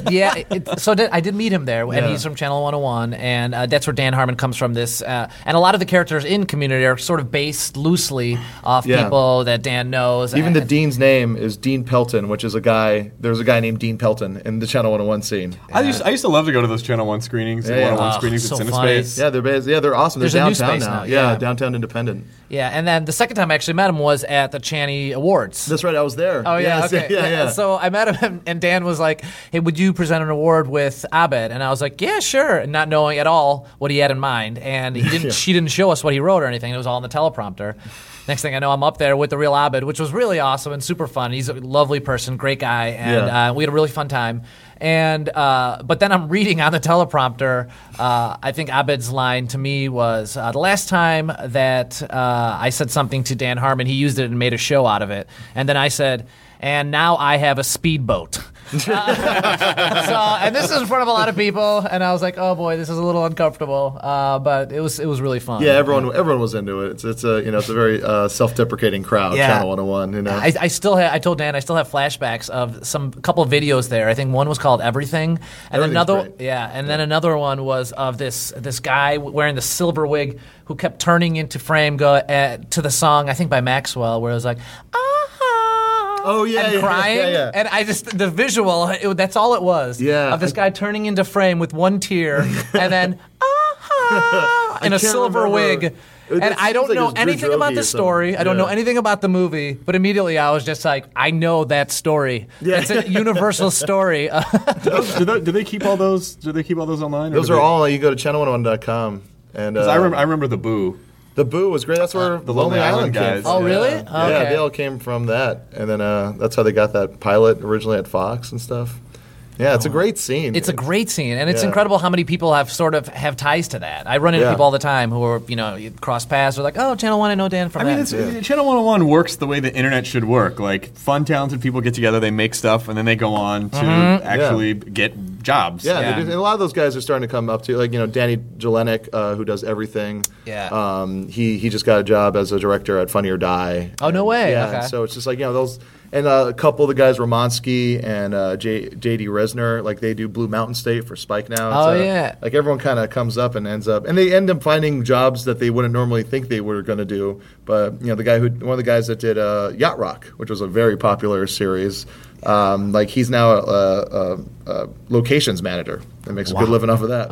D: yeah, it, so did, I did meet him there, and
H: Yeah.
D: he's from Channel 101, and uh, that's where Dan Harmon comes from. This uh, and a lot of the characters in Community are sort of based loosely off
H: Yeah.
D: people that Dan knows.
H: Even the dean's name is Dean Pelton, which is a guy. There's a guy named Dean Pelton in the Channel 101 scene.
E: I used, I used to love to go to those Channel 1 screenings, and 101
H: Oh,
E: screenings
H: so
E: at
H: funny.
E: CineSpace.
H: Yeah, they're bas- yeah they're awesome. They're
D: There's a new
H: downtown
D: space now,
H: Yeah,
D: yeah.
H: downtown independent.
D: Yeah, and then the second time I actually met him was at the Channy Awards.
H: That's right, I was there.
D: Oh yeah,
H: Yes,
D: okay,
H: yeah,
D: yeah,
H: yeah.
D: So I met him, and Dan was like, "Hey, would you present an award with Abed?" And I was like, "Yeah, sure," and not knowing at all what he had in mind, and he didn't.
H: Yeah.
D: She didn't show us what he wrote or anything. It was all in the teleprompter. next thing I know, I'm up there with the real Abed, which was really awesome and super fun. He's a lovely person, great guy, and
G: Yeah.
D: uh, we had a really fun time. And uh, but then I'm reading on the teleprompter. Uh, I think Abed's line to me was uh, the last time that uh, I said something to Dan Harmon, he used it and made a show out of it. And then I said, "And now I have a speedboat." Uh, so, and this is in front of a lot of people, and I was like, "Oh boy, this is a little uncomfortable," uh, but it was it was really fun.
H: Yeah, everyone everyone was into it. It's it's a you know it's a very uh, self-deprecating crowd.
D: Yeah.
H: Channel 101. You know,
D: I, I still ha- I told Dan I still have flashbacks of some couple of videos there. I think one was called Everything, and
H: Everything's
D: another
H: great.
D: yeah, and then another one was of this this guy w- wearing the silver wig who kept turning into frame go uh, to the song I think by Maxwell where it was like
H: oh yeah,
D: and
H: yeah,
D: crying
H: yeah, yeah.
D: and I just the visual it, that's all it was
H: Yeah.
D: of this guy turning into frame with one tear and then ah, in a
H: can't
D: silver
H: remember. It-
D: wig. and
H: it
D: I don't
H: seems like
D: know
H: it's Drew
D: anything
H: Droege
D: about
H: or
D: the
H: something.
D: story. I don't know
H: Yeah.
D: anything about the movie, but immediately I was just like, I know that story.
H: Yeah.
D: It's a universal story.
E: do, they, do they keep all those? Do they keep all those online?
H: Those are all you go to channel101.com and uh,
E: 'Cause I rem- I remember the boo.
H: The boo was great. That's where the Lonely, Island, came. From.
D: Oh, really?
H: Yeah.
D: Okay.
H: Yeah, they all came from that, and then uh, that's how they got that pilot originally at Fox and stuff. Yeah, it's a great scene.
D: Oh. It's a great scene, and it's
H: Yeah.
D: incredible how many people have sort of have ties to that. I run into
E: Yeah.
D: people all the time who are you know you cross paths. They're like, oh, Channel One, I know Dan from.
E: I mean,
D: that."
E: it's, Channel 101 works the way the internet should work. Like, fun, talented people get together, they make stuff, and then they go on to
H: Mhm.
E: actually get jobs.
H: Yeah, they do- and a lot of those guys are starting to come up to like you know Danny Jelenic, uh, who does everything.
D: Yeah.
H: um, he he just got a job as a director at Funny or Die.
D: Oh no way!
H: Yeah,
D: okay.
H: and so it's just like you know those, and uh, a couple of the guys, Romansky and uh, J- J.D. Resner, like they do Blue Mountain State for Spike now.
D: Oh,
H: It's, uh,
D: yeah.
H: like everyone kind of comes up and ends up, and they end up finding jobs that they wouldn't normally think they were going to do. But you know, the guy who one of the guys that did uh, Yacht Rock, which was a very popular series, um, like he's now a, a, a, a locations manager that makes a
E: Wow.
H: good living off of that.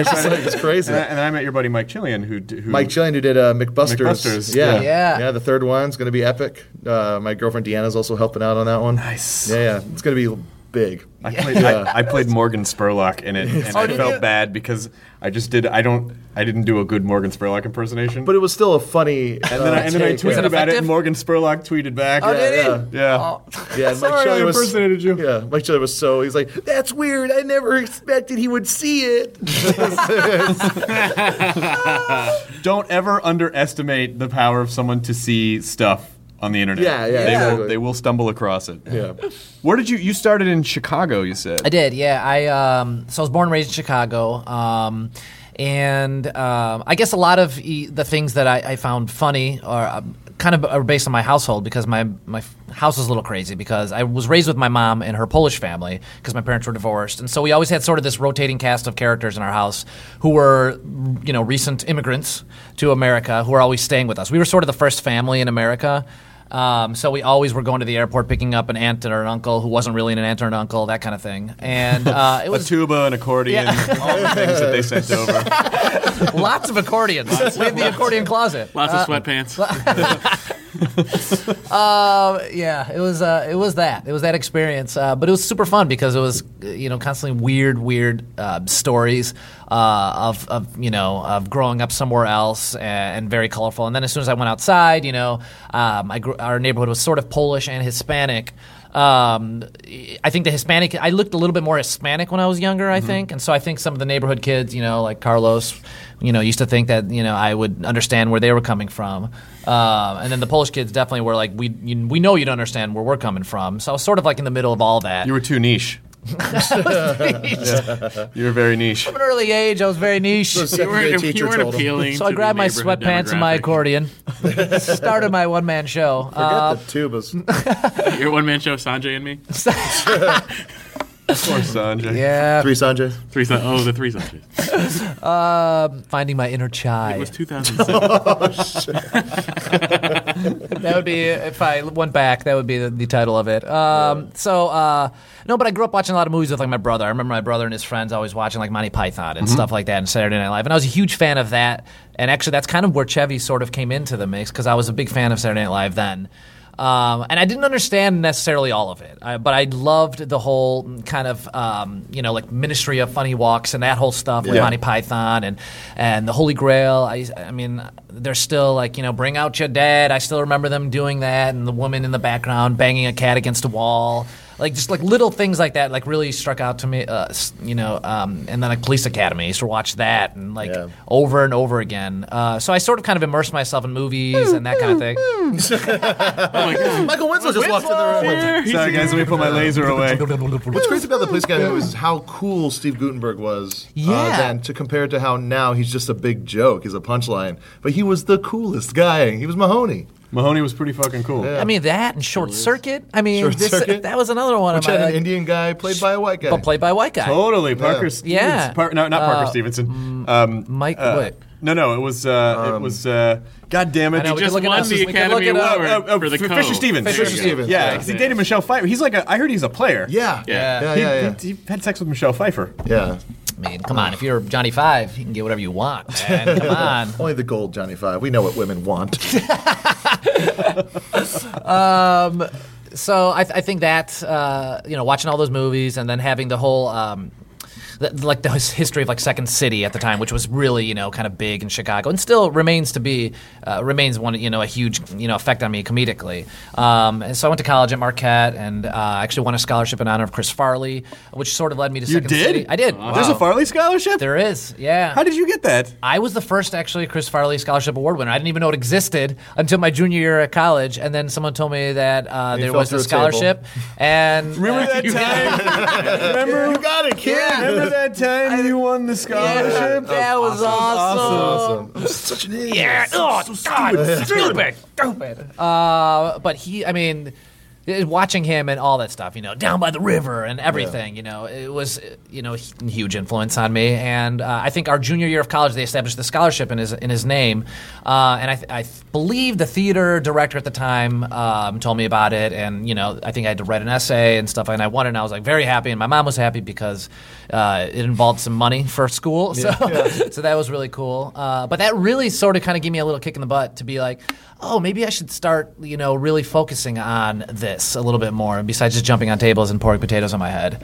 H: it's, just like, it's crazy.
E: And I, and I met your buddy Mike Chillian, who, d- who
H: Mike Chillian, who did uh, McBusters.
E: McBusters,
H: Yeah.
E: yeah.
H: yeah. the third one's going to be epic. Uh, my girlfriend Deanna's also helping out on that one. Nice. Yeah, yeah. It's going to be big.
E: I played, I, I played Morgan Spurlock in it, and
H: Oh,
E: I
H: did
E: felt
H: you?
E: bad because I just did. I don't. I didn't do a good Morgan Spurlock impersonation.
H: But it was still a funny. uh,
E: And then, I, and then I tweeted about it, and Morgan Spurlock tweeted back.
H: Oh, did he?
E: yeah, yeah.
H: Yeah, and Mike
E: Sorry, I
H: Chillian was,
E: impersonated
H: you. Yeah, Mike Chillian was so he's like, "That's weird. I never expected he would see it."
E: Don't ever underestimate the power of someone to see stuff on the internet.
D: Yeah, yeah,
E: They,
D: exactly.
E: will, they will stumble across it.
H: Yeah.
E: Where did you? You started in Chicago. You said.
D: I did, yeah. I um, so I was born and raised in Chicago, um, and um, I guess a lot of e- the things that I, I found funny are um, kind of are based on my household because my my f- house was a little crazy because I was raised with my mom and her Polish family because my parents were divorced, and so we always had sort of this rotating cast of characters in our house who were you know recent immigrants to America who were always staying with us. We were sort of the first family in America. Um, so we always were going to the airport, picking up an aunt or an uncle who wasn't really an aunt or an uncle, that kind of thing. And uh, it was
E: a tuba, an accordion,
D: Yeah.
E: all the things that they sent over.
D: lots of accordions. we had the accordion closet.
F: Lots
D: Uh,
F: of sweatpants.
D: Uh, yeah, it was uh, it was that it was that experience, uh, but it was super fun because it was uh, you know constantly weird, weird uh, stories uh, of of you know of growing up somewhere else and, and very colorful. And then as soon as I went outside, you know, um, I grew, our neighborhood was sort of Polish and Hispanic. Um, I think the Hispanic. I looked a little bit more Hispanic when I was younger.
E: Mm-hmm.
D: I think, and so I think some of the neighborhood kids, you know, like Carlos, you know, used to think that you know I would understand where they were coming from, um, and then the Polish kids definitely were like, we you, we know you don't understand where we're coming from. So I was sort of like in the middle of all that.
E: You were too niche.
D: Yeah.
E: You were very niche.
D: From an early age, I was very niche.
E: So second You grade weren't- teacher you weren't told him. appealing
D: So I
E: to the
D: grabbed my
E: neighborhood
D: sweatpants and my
E: demographic.
D: accordion, started my one man show.
F: Forget
D: Uh,
H: the tubas.
F: Your one man show, Sanjay and me.
E: Of course, Sanjay.
D: Yeah.
H: Three Sanjays.
F: Three San- Oh, the three Sanjays.
D: Um finding my inner chai. It was
F: 2007.
D: that would be if I went back. That would be the, the title of it. Um, So uh, no, but I grew up watching a lot of movies with like my brother. I remember my brother and his friends always watching like Monty Python and
G: Mhm.
D: stuff like that and Saturday Night Live. And I was a huge fan of that. And actually, that's kind of where Chevy sort of came into the mix because I was a big fan of Saturday Night Live then. Um, and I didn't understand necessarily all of it, I, but I loved the whole kind of um, you know like Ministry of Funny Walks and that whole stuff with
G: Yeah.
D: Monty Python and and the Holy Grail. I, I mean, they're still like you know bring out your dead. I still remember them doing that, and the woman in the background banging a cat against a wall. Like just like little things like that, like really struck out to me, uh, s- you know. Um, and then like Police Academy, I used to watch that and like over and over again. Uh, so I sort of kind of immersed myself in movies and that kind of thing.
E: Oh
H: Michael Winslow just walked in the room.
E: Sorry, guys, let me put my laser away.
H: What's crazy about the police guy though, is how cool Steve Gutenberg was. uh,
E: Yeah.
H: then to compare to how now he's just a big joke, he's a punchline. But he was the coolest guy. He was Mahoney.
E: Mahoney was pretty fucking cool.
D: I mean that and Short Circuit. I mean
H: Short
D: this,
H: Circuit.
D: that was another one. of
H: Which had
D: my,
H: an
D: like-
H: Indian guy played by a white guy.
D: But played by a white guy.
E: Totally, Parker. Stevens-
D: Yeah.
E: Par- no, not Parker
D: Uh,
E: Stevenson. Um,
D: Mike.
E: uh,
D: what?
E: No, no, it was. Uh, it was. Uh, God damn it!
D: Um, I know, He we can just look it won up. the We can look Academy it up. Award for the
E: uh, F-
D: Co.
E: Fisher Stevens.
D: Fisher There you go. Stevens,
E: Yeah,
D: yeah.
E: because he dated Michelle Pfeiffer. He's like a. I heard he's a player.
H: Yeah.
D: Yeah. Yeah,
E: He,
D: yeah, yeah.
E: He, he had sex with Michelle Pfeiffer.
H: Yeah.
D: I mean, come on. If you're Johnny Five, you can get whatever you want. Man. Come on.
H: Only the gold Johnny Five. We know what women want.
D: um, so I, th- I think that uh, you know watching all those movies and then having the whole um, the, like the his- history of like Second City at the time, which was really you know kind of big in Chicago and still remains to be uh, remains one you know a huge you know effect on me comedically. Um, and so I went to college at Marquette and uh, actually won a scholarship in honor of Chris Farley, which sort of led me to
E: You
D: Second
E: did?
D: City. I did.
E: There's a
D: Wow.
E: Farley scholarship.
D: There is, yeah.
E: How did you get that?
D: I was the first actually Chris Farley Scholarship Award winner. I didn't even know it existed until my junior year at college, and then someone told me that uh,
E: You
D: there
E: fell
D: was
E: through
D: a
E: a table.
D: scholarship. And uh,
E: Remember that time? Remember?
H: You got it, kid.
E: Remember that time you won the scholarship?
D: that was awesome.
H: I'm such an idiot.
D: Yeah. Oh, God.
H: stupid.
D: Stupid. Stupid. Uh, but he, I mean, eh, watching him and all that stuff, you know, down by the river and everything, you know, it was, eh, you know, hu- huge influence on me. And uh, I think our junior year of college, they established the scholarship in his in his name. Uh, and I, th- I th- believe the theater director at the time um, told me about it. And you know, I think I had to write an essay and stuff. And I won, and I was like very happy. And my mom was happy because uh, it involved some money for school. So so that was really cool. Uh, but that really sort of kind of gave me a little kick in the butt to be like, oh, maybe I should start, you know, really focusing on this a little bit more, besides just jumping on tables and pouring potatoes on my head,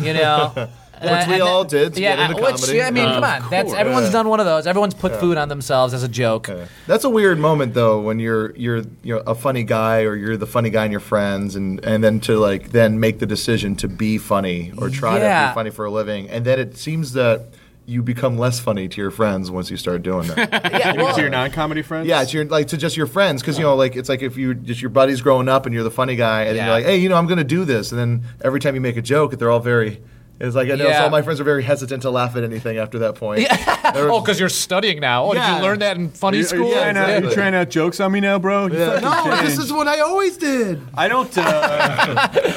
D: you know.
H: Which we
D: and
H: all did to
D: yeah,
H: get into
D: which,
H: comedy.
D: yeah, I mean,
H: Of
D: come on, that's
H: course.
D: everyone's
H: Yeah.
D: done one of those. Everyone's put
H: Yeah.
D: food on themselves as a joke.
H: That's a weird moment though when you're you're you know a funny guy or you're the funny guy in your friends and and then to like then make the decision to be funny or try to
D: Yeah.
H: be funny for a living and then it seems that you become less funny to your friends once you start doing that.
E: You mean to your non-comedy friends.
H: yeah, to your like to just your friends because you know like it's like if you just your buddies growing up and you're the funny guy and then
E: Yeah.
H: you're like hey you know I'm gonna do this and then every time you make a joke they're all very it's like I know
D: Yeah.
H: all my friends are very hesitant to laugh at anything after that point. They're-
D: Oh, because you're studying now. Oh, did
H: Yeah.
D: you learn that in funny
H: You're-
D: school?
H: you're trying
E: Now,
H: Exactly.
E: You're trying out jokes on me now, bro. You fucking
H: No, this
E: changed.
H: is what I always did.
E: I don't. Uh,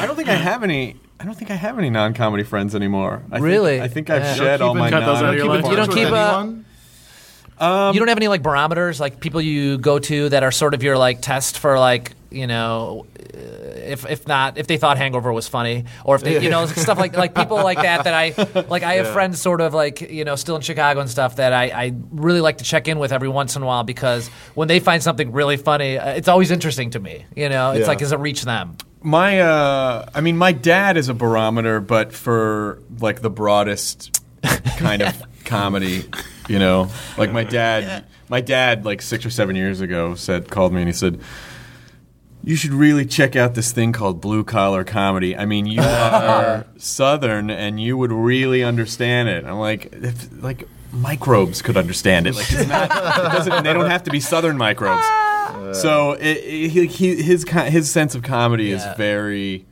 E: I don't think I have any. I don't think I have any non-comedy friends anymore. I
D: Really?
E: Think, I think I've
D: Yeah.
E: shed all my. non-
D: You don't keep a,
E: Um,
D: You don't have any like barometers, like people you go to that are sort of your like test for like you know, uh, if if not if they thought Hangover was funny or if they you know
G: Yeah.
D: stuff like like people like that that I like I have
G: Yeah.
D: friends sort of like you know still in Chicago and stuff that I I really like to check in with every once in a while because when they find something really funny, uh, it's always interesting to me. You know, it's
E: Yeah.
D: like does it reach them?
E: My. Uh, I mean, my dad is a barometer, but for like the broadest kind of comedy, you know, like my dad. My dad, like six or seven years ago, said called me and he said. You should really check out this thing called blue collar comedy. I mean, you are Southern, and you would really understand it. I'm like, if, like microbes could understand it. Like, it's not, it doesn't, they don't have to be Southern microbes. so it, it, he, he, his co- his sense of comedy is very.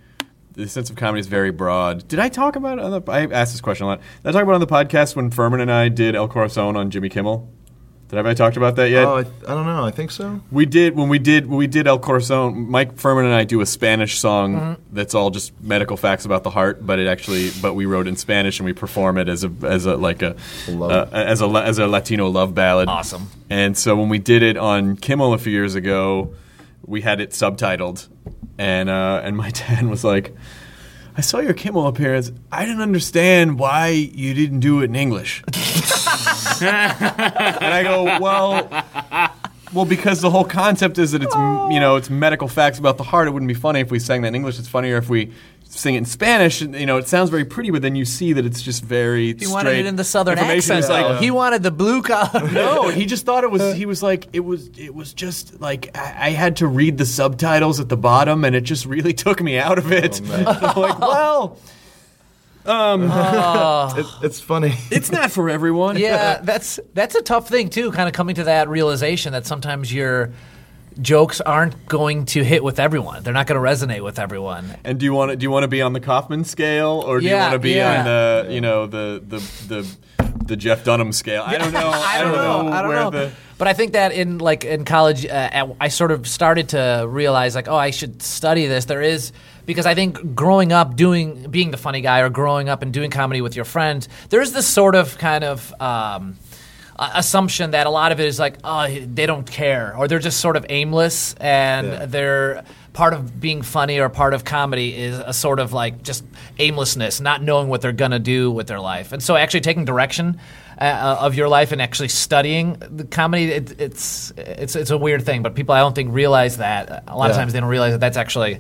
E: The sense of comedy is very broad. Did I talk about it on the? I asked this question a lot. Did I talk about it on the podcast when Furman and I did El Corazon on Jimmy Kimmel? Did I, have I talked about that yet?
H: Oh, I, I don't know. I think so.
E: We did when we did when we did El Corazon. Mike Furman and I do a Spanish song that's all just medical facts about the heart, but it actually but we wrote in Spanish and we perform it as a as a like a uh, as a la- as a Latino love ballad.
D: Awesome.
E: And so when we did it on Kimmel a few years ago, we had it subtitled, and uh, and my dad was like. I saw your Kimmel appearance. I didn't understand why you didn't do it in English. and I go, well, Well, because the whole concept is that it's m you know it's medical facts about the heart. It wouldn't be funny if we sang that in English. It's funnier if we sing it in Spanish. And, You know, it sounds very pretty, but then you see that it's just very.
D: He wanted it in the southern
E: information.
D: accent.
E: It's like,
D: he wanted the blue collar.
E: no, he just thought it was. He was like, it was. It was just like I, I had to read the subtitles at the bottom, and it just really took me out of it. I'm like, well, um,
H: It's- Oh. it's funny.
E: it's not for everyone.
D: yeah, that's that's a tough thing too. Kind of coming to that realization that sometimes your jokes aren't going to hit with everyone. They're not going to resonate with everyone.
E: And do you want to do you want to be on the Kaufman scale, or do you
D: Yeah,
E: want to be
D: yeah.
E: on the you know the the the, the Jeff Dunham scale? I don't know. I don't know.
D: I don't
E: where
D: know.
E: the
D: but I think that in like in college, uh, at- I sort of started to realize like, oh, I should study this. There is because I think growing up doing being the funny guy or growing up and doing comedy with your friends, there is this sort of kind of. Um, uh, assumption that a lot of it is like oh they don't care or they're just sort of aimless and
G: Yeah.
D: they're part of being funny or part of comedy is a sort of like just aimlessness not knowing what they're gonna do with their life and so actually taking direction uh, of your life and actually studying the comedy it, it's it's it's a weird thing but people I don't think realize that a lot of
E: Yeah.
D: times they don't realize that that's actually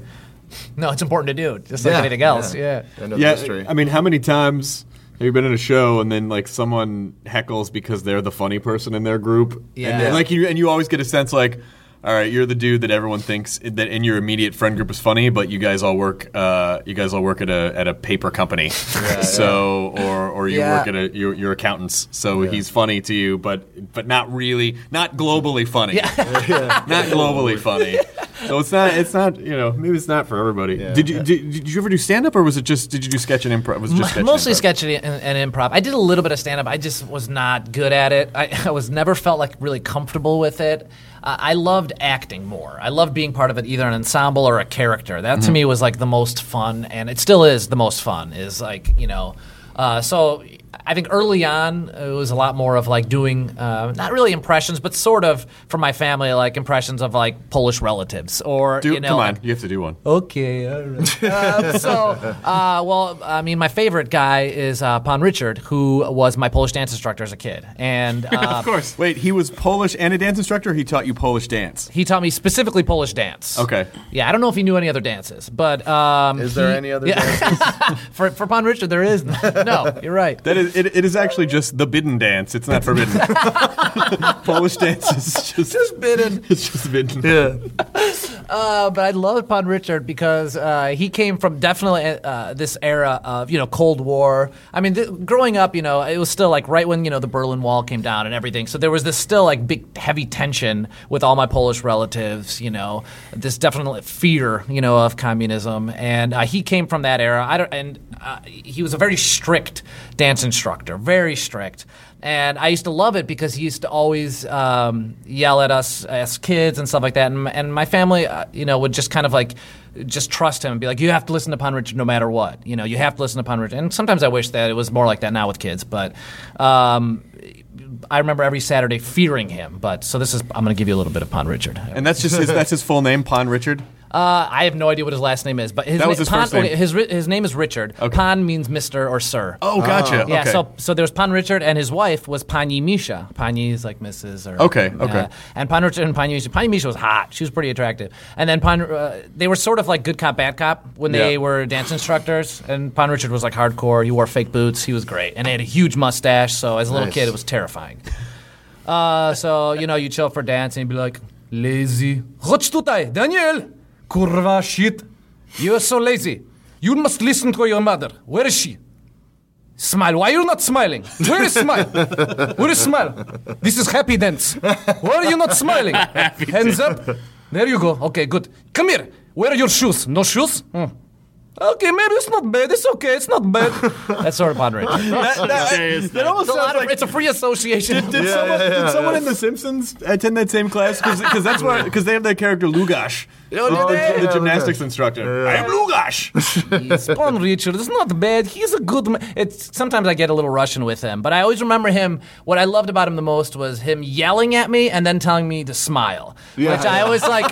D: no it's important to do just like anything else yeah
E: yeah. I mean, how many times have you been in a show and then like someone heckles because they're the funny person in their group?
D: Yeah.
E: And, and, like you and you always get a sense like. All right, you're the dude that everyone thinks that in your immediate friend group is funny, but you guys all work. Uh, you guys all work at a at a paper company, so or or you
D: Yeah.
E: work at a you're, you're accountants, so he's funny to you, but but not really, not globally funny, not globally funny. So it's not it's not you know maybe it's not for everybody. Did you did, did you ever do stand up or was it just did you do sketch and improv? Was it just sketch and
D: mostly
E: improv?
D: sketch and, and improv. I did a little bit of stand up. I just was not good at it. I, I was never felt like really comfortable with it. Uh, I loved acting more. I loved being part of it, either an ensemble or a character. That to
G: Mhm.
E: Mm-hmm.
D: me was like the most fun, and it still is the most fun. Is like you know, uh, so. I think early on it was a lot more of like doing uh, not really impressions, but sort of for my family like impressions of like Polish relatives or
E: Do,
D: you know
E: come
D: like,
E: on, you have to do one.
D: Okay, all right. Uh, so, uh, well, I mean, my favorite guy is uh, Pan Richard, who was my Polish dance instructor as a kid, and uh,
E: course. Wait, he was Polish and a dance instructor. Or he taught you Polish dance.
D: he taught me specifically Polish dance.
E: Okay.
D: Yeah, I don't know if he knew any other dances, but um,
E: Is there
D: he-
E: any other
D: dances for for Pan Richard? There is no. You're right.
E: That is, it, it is actually just the bidden dance. It's not forbidden. Polish dance is just, just
D: bidden.
E: It's just bidden. Yeah.
D: Uh, but I love Pun Richard because uh, he came from definitely uh, this era of you know Cold War. I mean, th- growing up, you know, it was still like right when you know the Berlin Wall came down and everything. So there was this still like big heavy tension with all my Polish relatives. You know, this definite fear you know of communism, and uh, he came from that era. I don't, and uh, he was a very strict dance instructor, very strict. And I used to love it because he used to always um, yell at us as kids and stuff like that. And, and my family, uh, you know, would just kind of like just trust him and be like, "You have to listen to Pun Richard no matter what. You know, you have to listen to Pun Richard." And sometimes I wish that it was more like that now with kids, but. Um, I remember every Saturday fearing him, but so this is. I'm going to give you a little bit of Pon Richard,
E: and that's just his, that's his full name, Pon Richard.
D: Uh, I have no idea what his last name is, but his
E: That was
D: na-
E: his
D: Pan,
E: first name.
D: okay, his, ri- his name is Richard. Pan means Mister or Sir.
E: Oh, gotcha.
D: Yeah.
E: Okay.
D: So so there's Pan Richard, and his wife was Pani Misha. Pani is like Mrs. or
E: Okay, okay.
D: uh, and Pan Richard and Pani Misha. Pani Misha was hot. She was pretty attractive. And then Pan, uh, they were sort of like good cop bad cop when they
G: Yeah.
D: were dance instructors. And Pan Richard was like hardcore. He wore fake boots. He was great, and he had a huge mustache. So as a little
G: Nice.
D: kid, it was terrifying. Uh, so you know, you chill for dance, and you'd be like, lazy. Chodź tutaj, Daniel! Kurwa shit! You are so lazy. You must listen to your mother. Where is she? Smile. Why are you not smiling? Where is smile? Where is smile? This is happy dance. Why are you not smiling? Hands up. There you go. Okay, good. Come here. Where are your shoes? No shoes? Hmm. Okay, maybe it's not bad. It's okay. It's not bad. That's sort of moderate.
E: That- that- that
D: it's,
E: almost
D: a
E: sounds
D: lot of-
E: like-
D: it's a free association.
E: Did, did someone, did someone in The Simpsons attend that same class? Because that's where because they have that character Lugash,
D: Oh, did
E: the,
D: they?
E: the
D: Yeah, Lugash.
E: gymnastics instructor. I am Lugash.
D: Spawn Richard is not bad. He's a good man. It's, sometimes I get a little Russian with him, but I always remember him. What I loved about him the most was him yelling at me and then telling me to smile,
G: Yeah.
D: which I always like.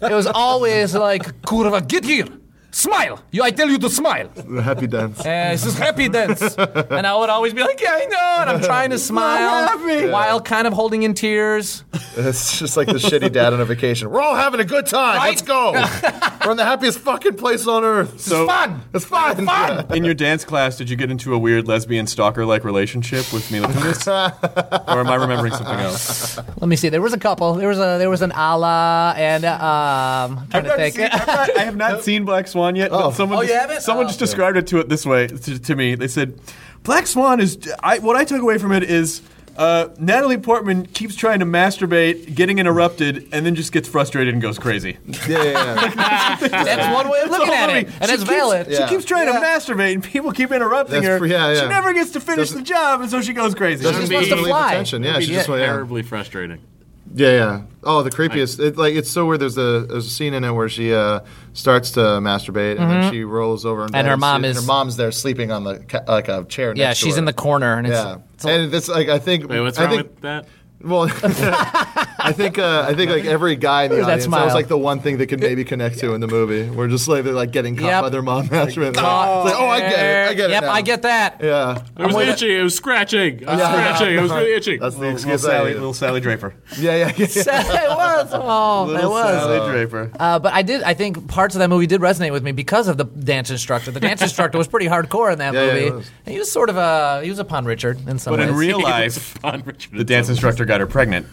D: it was always like, "Kurva, get here!
I: Smile! You, I tell you to smile.
H: The happy dance.
I: Uh, this is happy dance. and I would always be like, yeah, I know. And I'm trying to smile
H: happy.
I: while kind of holding in tears.
H: It's just like the shitty dad on a vacation. We're all having a good time.
I: Right?
H: Let's go. We're in the happiest fucking place on earth.
E: So-
H: it's fun. It's fun. Fun.
E: In your dance class, did you get into a weird lesbian stalker like relationship with Mila Kunis? or am I remembering something else?
D: Let me see. There was a couple. There was a there was an Allah and uh, um. I'm trying to think.
E: I have not seen Black Swan yet, but someone
D: Oh, you haven't?
E: just, someone just described it to it this way to, to me. They said, "Black Swan is I, what I took away from it is." Uh, Natalie Portman keeps trying to masturbate, getting interrupted, and then just gets frustrated and goes crazy.
H: Yeah, yeah,
D: Ah, that's one way of looking at it, and it's
E: keeps,
D: valid.
E: She keeps trying to masturbate, and people keep interrupting
H: That's
E: her.
H: pre- yeah, yeah.
E: She never gets to finish the job, and so she goes crazy.
H: Doesn't She just wants to believe fly. attention. Yeah,
J: It'd be
H: she just went- yeah.
J: terribly frustrating.
H: Yeah, yeah. Oh, the creepiest. It, like it's so weird. There's a there's a scene in it where she uh, starts to masturbate and
D: Mhm.
H: then she rolls over Mm-hmm. and,
D: And her mom is-
H: her mom's there sleeping on the ca- like a chair. Next
D: Yeah, she's in the corner, and it's-
H: yeah. and it's like I think.
J: Wait, what's
H: I
J: wrong
H: think,
J: with that?
H: Well, I think uh, I think like every guy in the
J: Look at that
H: audience. That, was
J: smile.
H: like the one thing they could maybe connect to in the movie. We're just like they're like getting caught by their mom masturbating.
J: Oh,
H: It's like, oh, I get it. I get it.
J: yep,
H: now.
J: I
D: get that.
H: Yeah,
J: It was itchy. It was scratching. I was
H: Yeah.
J: scratching. It was really itchy.
H: That's the
E: Little
H: excuse. I
E: Sally,
H: needed.
E: little Sally Draper.
H: Yeah, yeah, yeah.
D: it was. Oh, it was.
E: Draper.
D: Uh, but I did. I think parts of that movie did resonate with me because of the dance instructor. The dance instructor was pretty hardcore in that
E: Yeah, yeah,
D: movie.
E: he was.
D: And he was sort of a he was a pun Richard in some
E: But
D: ways.
E: in real life, the dance instructor got her pregnant.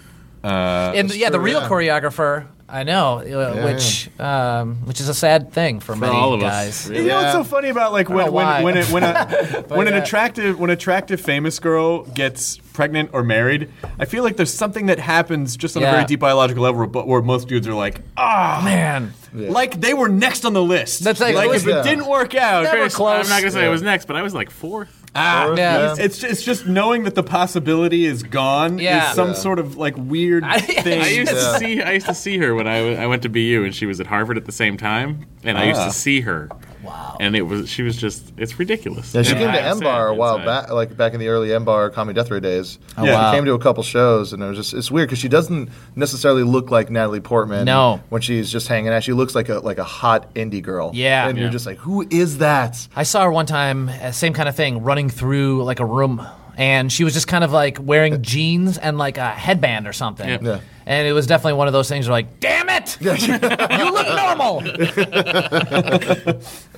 E: Uh,
D: and yeah, the real choreographer. I know, uh, which Um, which is a sad thing for, many guys.
E: You know what's so funny about like
D: I
E: when
D: don't
E: when
D: know
E: when,
D: why.
E: it, when, a,
D: But uh,
E: when an
D: yeah.
E: attractive when attractive famous girl gets pregnant or married, I feel like there's something that happens just on a
D: Yeah.
E: very deep biological level where, bo- where most dudes are like, ah,
D: man,
E: like they were next on the list. That's
J: like-
E: like
J: it
E: if
J: was-
E: it didn't work out,
J: Very s- I'm not gonna say it was next, but I was like fourth.
E: Ah,
J: Fourth, yeah.
E: it's, it's it's just knowing that the possibility is gone
J: Yeah.
E: is some
J: Yeah.
E: sort of like weird thing.
J: I used to see I used to see her when I wa- I went to BU and she was at Harvard at the same time and I used
H: Ah.
J: to see her. Wow. And it was she was just it's ridiculous.
H: Yeah, she
J: And
H: came to
J: I'm
H: M
J: sad
H: Bar a while
J: inside.
H: back, like back in the early M Bar Comedy Death Ray days.
J: Oh, wow.
H: She came to a couple shows, and it was just it's weird because she doesn't necessarily look like Natalie Portman.
D: No.
H: when she's just hanging out, she looks like a like a hot indie girl.
D: Yeah.
H: and you're just like, who is that?
D: I saw her one time, uh, same kind of thing, running through like a room, and she was just kind of like wearing jeans and like a headband or something.
J: Yeah. Yeah.
D: And it was definitely one of those things where like, damn it, you look normal.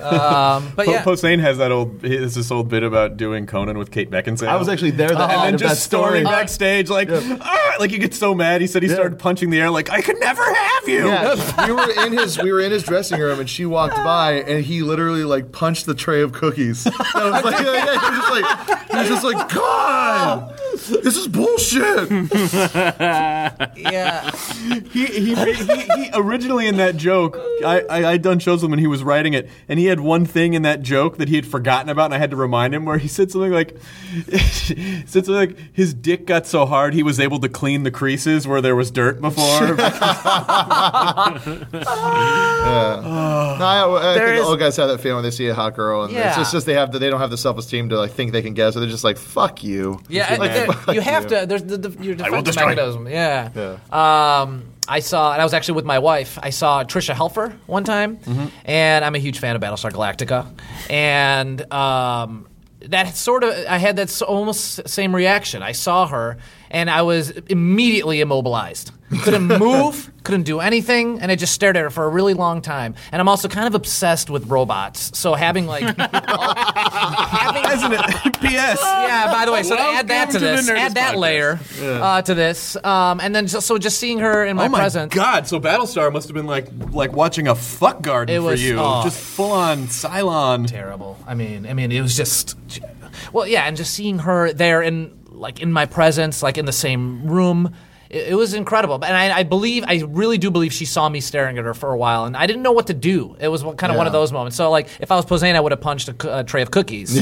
D: um, but
E: Po-
D: yeah.
E: Posehn has that old has this old bit about doing Conan with Kate Beckinsale.
H: I was actually there that night
E: and then
H: of that
E: just storming
H: story. Uh,
E: backstage like, "Ah!" like you get so mad. He said he started punching the air like, I could never have you.
H: Yeah, we were in his we were in his dressing room, and she walked by, and he literally like punched the tray of cookies. And I was like, yeah, yeah. He was just like, he was just like, God, this is bullshit.
D: yeah.
E: He, he, made- he, he originally in that joke, I, I I'd done shows with him and he was writing it, and he had one thing in that joke that he had forgotten about, and I had to remind him where he said something like, said something like his dick got so hard he was able to clean the creases where there was dirt before.
H: Yeah. No, I, I
E: There
H: think
E: is-
H: all guys have that feeling when they see a hot girl, and
D: Yeah.
H: it's, just, it's just they have they don't have the self esteem to like think they can guess, so they're just like fuck you.
D: Yeah,
H: Like,
D: and there-
H: fuck
D: you have to. There's the, the, your
H: will
D: defense
H: destroy
D: mechanism.
H: you.
D: Yeah.
H: Yeah.
D: Um, I saw, and I was actually with my wife. I saw Trisha Helfer one time, and I'm a huge fan of Battlestar Galactica, and um, that sort of I had that s- almost same reaction. I saw her, and I was immediately immobilized. Couldn't move, couldn't do anything, and I just stared at her for a really long time. And I'm also kind of obsessed with robots, so having like
E: Isn't it? P.S.
D: Yeah. By the way, so to add that to,
E: Welcome to the
D: this,
E: Nerdist
D: add that
E: podcast.
D: layer
E: Yeah.
D: uh, to this, um, and then just, so just seeing her in my,
E: oh my
D: presence.
E: god! So Battlestar must have been like like watching a fuck garden
D: It
E: for
D: was-
E: you,
D: oh.
E: just full on Cylon.
D: Terrible. I mean, I mean, it was just. Well, yeah, and just seeing her there in like in my presence, like in the same room. It, it was incredible, and I, I believe, I really do believe she saw me staring at her for a while, and I didn't know what to do. It was one- kind of one of
I: Yeah.
D: those moments. So, like, if I was Posane, I would have punched a, coo- a tray of cookies.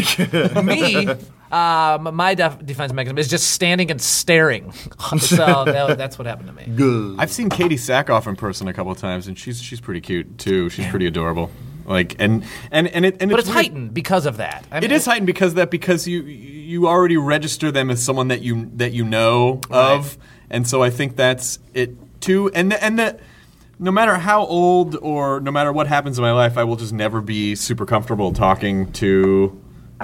D: me, um, my def- defense mechanism is just standing and staring. so that, that's what happened to me.
E: Good. I've seen Katie Sackhoff in person a couple times, and she's she's pretty cute too. She's pretty adorable. Like and and and it and
D: but it's,
E: weird.
D: heightened because of that. I mean,
E: it is heightened because that because you you already register them as someone that you that you know of, and so I think that's it too. And the, and the no matter how old or no matter what happens in my life, I will just never be super comfortable talking to,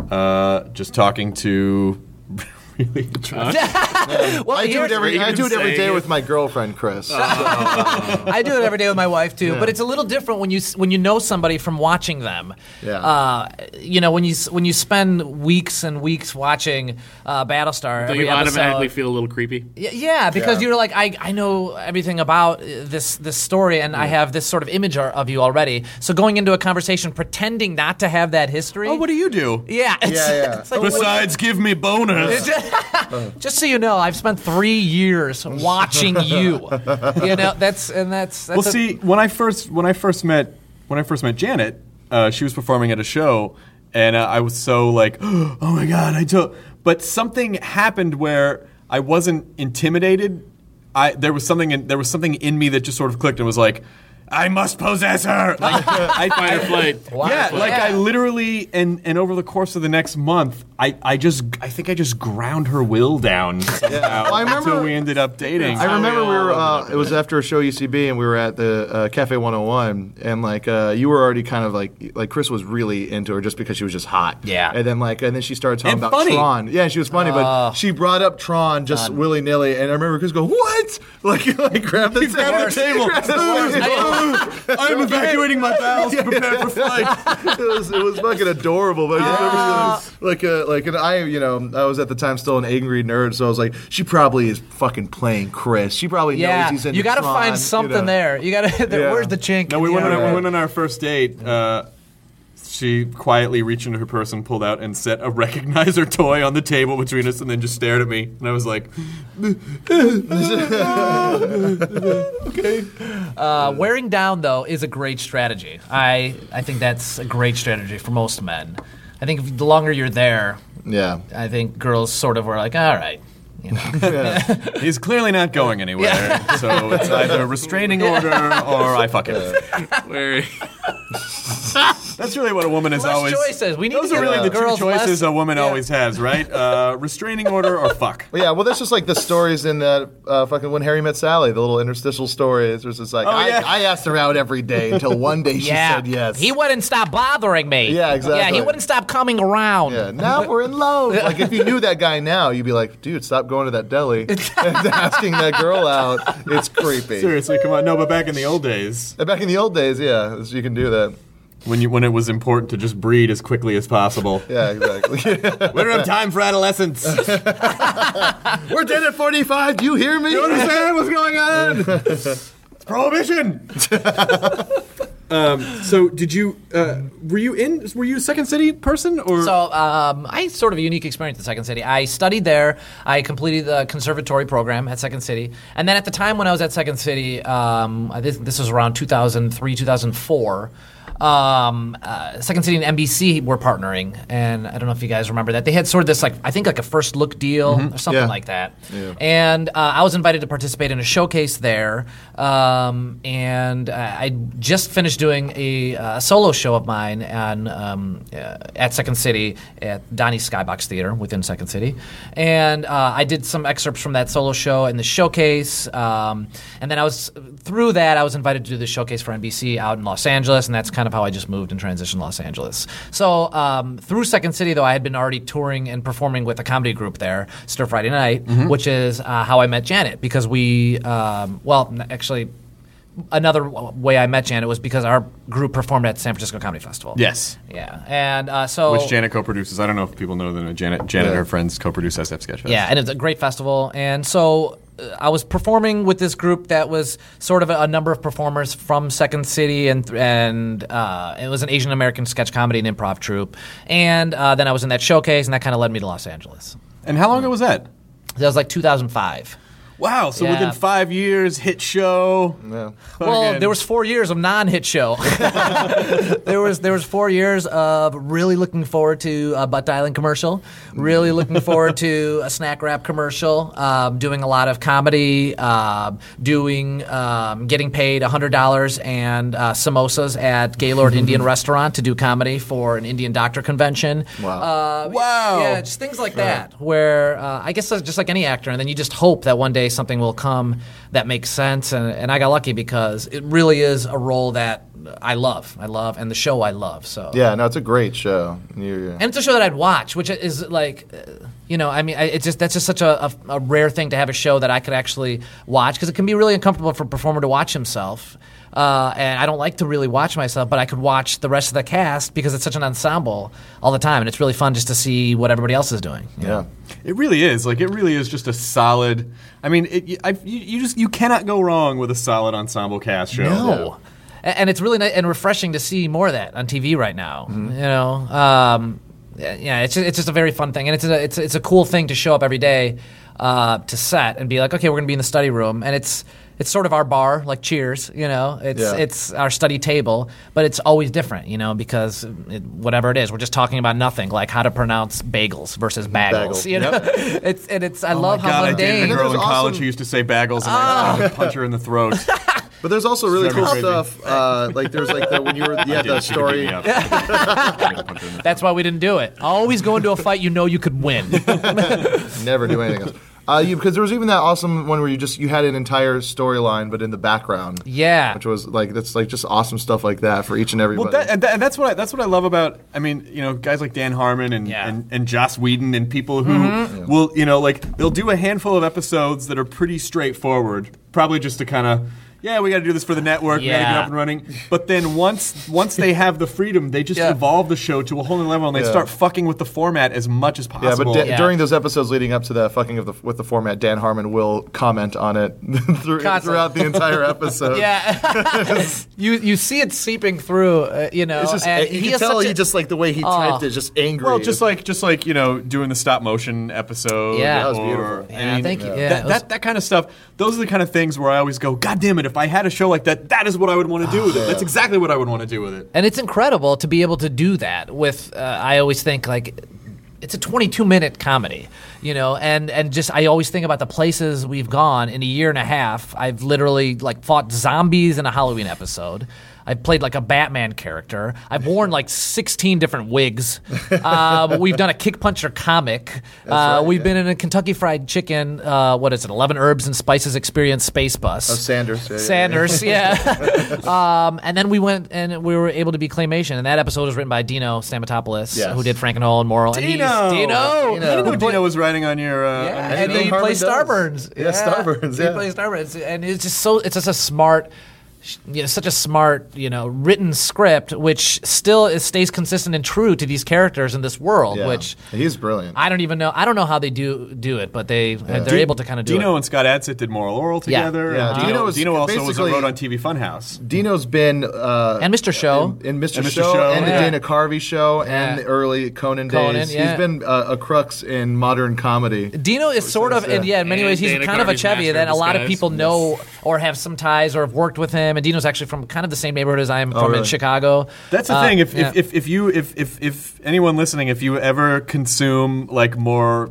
E: uh, just talking to really.
D: Well,
H: I do it
D: here's-
H: every I do it every day with
C: my girlfriend, Chris.
D: I do it every day with my wife too,
H: Yeah.
D: but it's a little different when you s- when you know somebody from watching them.
H: Yeah.
D: Uh, you know when you s- when you spend weeks and weeks watching uh, Battlestar.
F: Do
D: every
F: you automatically
D: episode.
F: feel a little creepy?
D: Y- Yeah, because
F: Yeah.
D: you're like I, I know everything about uh, this this story, and I have this sort of image ar- of you already. So going into a conversation pretending not to have that history. Oh, what
E: do you do?
D: Yeah, it's,
E: yeah.
D: it's like,
E: Besides, give me bonus.
D: just so you know, I've spent three years watching you. you know that's and that's, that's
E: well,
D: a-
E: see, when I first when I first met when I first met Janet, uh, she was performing at a show, and uh, I was so like, oh my god, I took. But something happened where I wasn't intimidated. I there was something in, there was something in me that just sort of clicked and was like. I must possess her. Like, I,
F: Fight or
E: I-
F: flight.
E: Yeah,
F: Fight or
E: like
F: flight.
E: I literally and and over the course of the next month, I I just I think I just ground her will down somehow
H: Well, I
E: until
H: remember-
E: we ended up dating.
H: I remember we were. Uh, it was after a show UCB, and we were at the uh, Cafe 101, and like uh, you were already kind of like like Chris was really into her just because she was just hot. Yeah. And then like and then she started talking
C: And
H: about
C: funny.
H: Tron. Yeah, she was funny,
C: Ah.
H: but she brought up Tron just willy nilly, and I remember Chris going, "What?" Like like grab the,
E: grabbed the table.
H: grabbed the table.
E: I'm evacuating my bowels to prepare for
H: it,
E: flight.
H: was, it was fucking adorable, but I just remember
E: Ah.
H: like a, like and I you know I was at the time still an angry nerd, so I was like, she probably is fucking playing Chris. She probably knows
D: yeah,
H: he's in.
D: you got to
H: Tron,
D: find something
H: you know.
D: there. You got to
H: Yeah.
D: where's the chink?
E: No, we
D: Yeah.
E: went, on, we went on our first date. Uh, she quietly reached into her purse and pulled out and set a recognizer toy on the table between us, and then just stared at me. And I was like,
D: okay. Uh, wearing down though is a great strategy. I I think that's a great strategy for most men. I think if- the longer you're there,
H: Yeah.
D: I think girls sort of were like, all right.
E: "He's clearly not going anywhere."
D: Yeah.
E: So it's either a restraining order or I fuck it. That's really what a woman is
D: Less
E: always.
D: choices. We need
E: Those
D: to
E: are
D: give
E: really the two
D: girls less-
E: choices a woman
D: Yeah.
E: always has, right? Uh, restraining order or fuck.
H: Well, yeah, well, that's just like the stories in that uh, fucking when Harry met Sally, the little interstitial stories. It's just like
D: Oh,
H: I,
D: yeah.
H: I asked her out every day until one day she
D: Yeah.
H: said yes.
D: He wouldn't stop bothering me.
H: Yeah, exactly.
D: Yeah, he wouldn't stop coming around.
H: Yeah, now we're in love. Like if you knew that guy now, you'd be like, dude, stop going to that deli and asking that girl out. It's creepy.
E: Seriously, come on. No, but back in the old days.
H: Back in the old days, yeah, you can do that.
E: When you when it was important to just breed as quickly as possible.
H: Yeah, exactly.
E: we don't have time for adolescence.
H: We're dead at 45. Do you hear me?
E: You understand what's going on?
H: it's
E: prohibition. um, so did you uh, were you in were you a Second City person or
D: So um, I had sort of a unique experience at Second City. I studied there. I completed the conservatory program at Second City, and then at the time when I was at Second City, um, I think this was around 2003, 2004. Um, uh, Second City and NBC were partnering, and I don't know if you guys remember that they had sort of this like I think like a first look deal
G: Mhm.
D: or something
G: Yeah.
D: like that.
G: Yeah.
D: And uh, I was invited to participate in a showcase there, um, and I I just finished doing a uh, solo show of mine on, um, uh, at Second City at Donnie's Skybox Theater within Second City, and uh, I did some excerpts from that solo show in the showcase, um, and then I was through that I was invited to do the showcase for NBC out in Los Angeles, and that's kind of how I just moved and transitioned to Los Angeles. So um, through Second City, though, I had been already touring and performing with a comedy group there, Stir Friday Night,
G: Mhm.
D: which is uh, how I met Janet because we, um, well, n- actually. Another w- way I met Janet was because our group performed at San Francisco Comedy Festival.
E: Yes.
D: Yeah. And uh, so.
E: which Janet co-produces? I don't know if people know that Janet Janet and her friends co-produce SF Sketch Fest.
D: Yeah, and it's a great festival. And so uh, I was performing with this group that was sort of a, a number of performers from Second City, and and uh, it was an Asian American sketch comedy and improv troupe. And uh, then I was in that showcase, and that kind of led me to Los Angeles.
E: And how long ago was that?
D: That was like 2005.
E: Wow. So within five years, hit show.
D: Well,
E: Fucking-
D: there was four years of non-hit show. there was there was four years of really looking forward to a butt dialing commercial, really looking forward to a snack wrap commercial, um, doing a lot of comedy, um, doing um, getting paid hundred dollars and uh, samosas at Gaylord Indian Restaurant to do comedy for an Indian doctor convention.
G: Wow.
D: Uh, wow. Yeah, just things like that. Where uh, I guess that's just like any actor, and then you just hope that one day someday something will come that makes sense. And, and I got lucky because it really is a role that I love. I love, and the show I love. So
H: Yeah, no, it's a great show. You-
D: and it's a show that I'd watch, which is like, uh, you know, I mean, I, it's just that's just such a, a, a rare thing to have a show that I could actually watch because it can be really uncomfortable for a performer to watch himself. Uh, and I don't like to really watch myself, but I could watch the rest of the cast because it's such an ensemble all the time, and it's really fun just to see what everybody else is doing.
H: Yeah.
E: It really is. Like it really is just a solid. I mean, it, you- I, you, you just you cannot go wrong with a solid ensemble cast show.
D: No. A- And it's really nice and refreshing to see more of that on TV right now. You know, um, yeah, it's just, it's just a very fun thing, and it's a, it's it's a cool thing to show up every day uh, to set and be like, okay, we're gonna be in the study room, and it's it's sort of our bar, like Cheers. You know, it's
K: Yeah.
D: it's our study table, but it's always different. You know, because it, whatever it is, we're just talking about nothing, like how to pronounce bagels versus bagels.
E: Bagel.
D: You know,
E: Yep.
D: it's and it's I
E: Oh my
D: love how
E: God, I
D: mundane.
E: dated a girl in college who used to say bagels, and I would punch her in the throat.
H: But there's also really
E: Sorry,
H: cool
E: crazy.
H: stuff. Uh, like there's like the, when you were yeah
E: did,
H: the
E: she could
H: story.
E: beat me up.
D: That's why we didn't do it. Always go into a fight you know you could win.
H: Never do anything else. Uh, you because there was even that awesome one where you just you had an entire storyline, but in the background.
D: Yeah,
H: which was like that's like just awesome stuff like that for each and everybody.
E: Well, that, and, that, and that's what I, that's what I love about. I mean, you know, guys like Dan Harmon and and, and Joss Whedon and people who
H: Mhm. Yeah.
E: will, you know, like they'll do a handful of episodes that are pretty straightforward, probably just to kind of. Yeah, we got to do this for the network. We got to
H: Yeah.
E: get up and running. But then once once they have the freedom, they just
H: Yeah.
E: evolve the show to a whole new level, and they
H: Yeah.
E: start fucking with the format as much as
H: yeah, but
E: possible.
H: da- during those episodes leading up to that fucking of the, with the format, Dan Harmon will comment on it through, throughout the entire episode.
D: yeah, you you see it seeping through. Uh, you know,
H: It's just- eh,
D: and
H: you
D: he
H: can
D: is
H: tell
D: such a-
H: he just, like, the way he typed
D: Oh.
H: it, just angry.
E: Well, just like just like you know, doing the stop motion episode.
D: Yeah. That was
E: or- uh,
D: beautiful. Yeah, thank you. Yeah,
E: that,
D: it was-
E: that that kind of stuff. Those are the kind of things where I always go, God damn it! If I had a show like that, that is what I would want to do with it. That's exactly what I would want to do with it.
D: and it's incredible to be able to do that with. Uh, I always think like. It's a 22 minute comedy, you know, and, and just I always think about the places we've gone in a year and a half. I've literally like fought zombies in a Halloween episode. I've played like a Batman character. I've worn like 16 different wigs. Uh, we've done a kick puncher comic. Uh, we've been in a Kentucky Fried Chicken. Uh, what is it? 11 herbs and spices experience space bus.
H: Oh, Sanders, yeah, yeah, yeah.
D: Sanders, yeah. um, and then we went and we were able to be claymation, and that episode was written by Dino Stamatopoulos,
E: Yes.
D: who did Frankenhole and Moral. And
E: Dino,
D: he's, Dino,
E: I didn't know Dino was writing on your. Uh, on your
D: and
E: show.
D: he plays Starburns.
E: Yeah, Starburns, yeah.
D: he plays Starburns, and it's just so it's just a smart, sh- you know, such a smart, you know, written script which still is, stays consistent and true to these characters in this world.
E: Yeah.
D: Which
H: he's brilliant.
D: I don't even know. I don't know how they do do it, but they they're
E: Di-
D: able to kind of do
E: Dino
D: it.
E: and Scott Adsit did Moral Oral
D: Yeah.
E: together.
D: Yeah,
E: and
D: Dino
E: Dino,
D: was
E: Dino also was a
H: basically-
E: wrote on TV Funhouse.
H: Dino's been uh,
D: and Mr. Show
H: Mm-hmm. and Mr.
E: And Mr.
H: Show,
E: Show.
H: and
E: Yeah.
H: the Dana Carvey show and
D: Yeah.
H: the early Conan,
D: Conan,
H: days.
D: yeah.
H: He's been uh, a crux in modern comedy.
D: Dino is sort of, and yeah, in many
H: And
D: ways, he's
H: Dana
D: kind of a
H: Carvey's
D: Chevy
H: master
D: that
H: of
D: a lot of
H: disguise.
D: people know or have some ties or have worked with him. And Dino's actually from kind of the same neighborhood as I'm
E: Oh,
D: from in
E: really?
D: Chicago.
E: That's the
D: Uh,
E: thing. If,
D: yeah.
E: if, if, if you if, if if anyone listening, if you ever consume like more,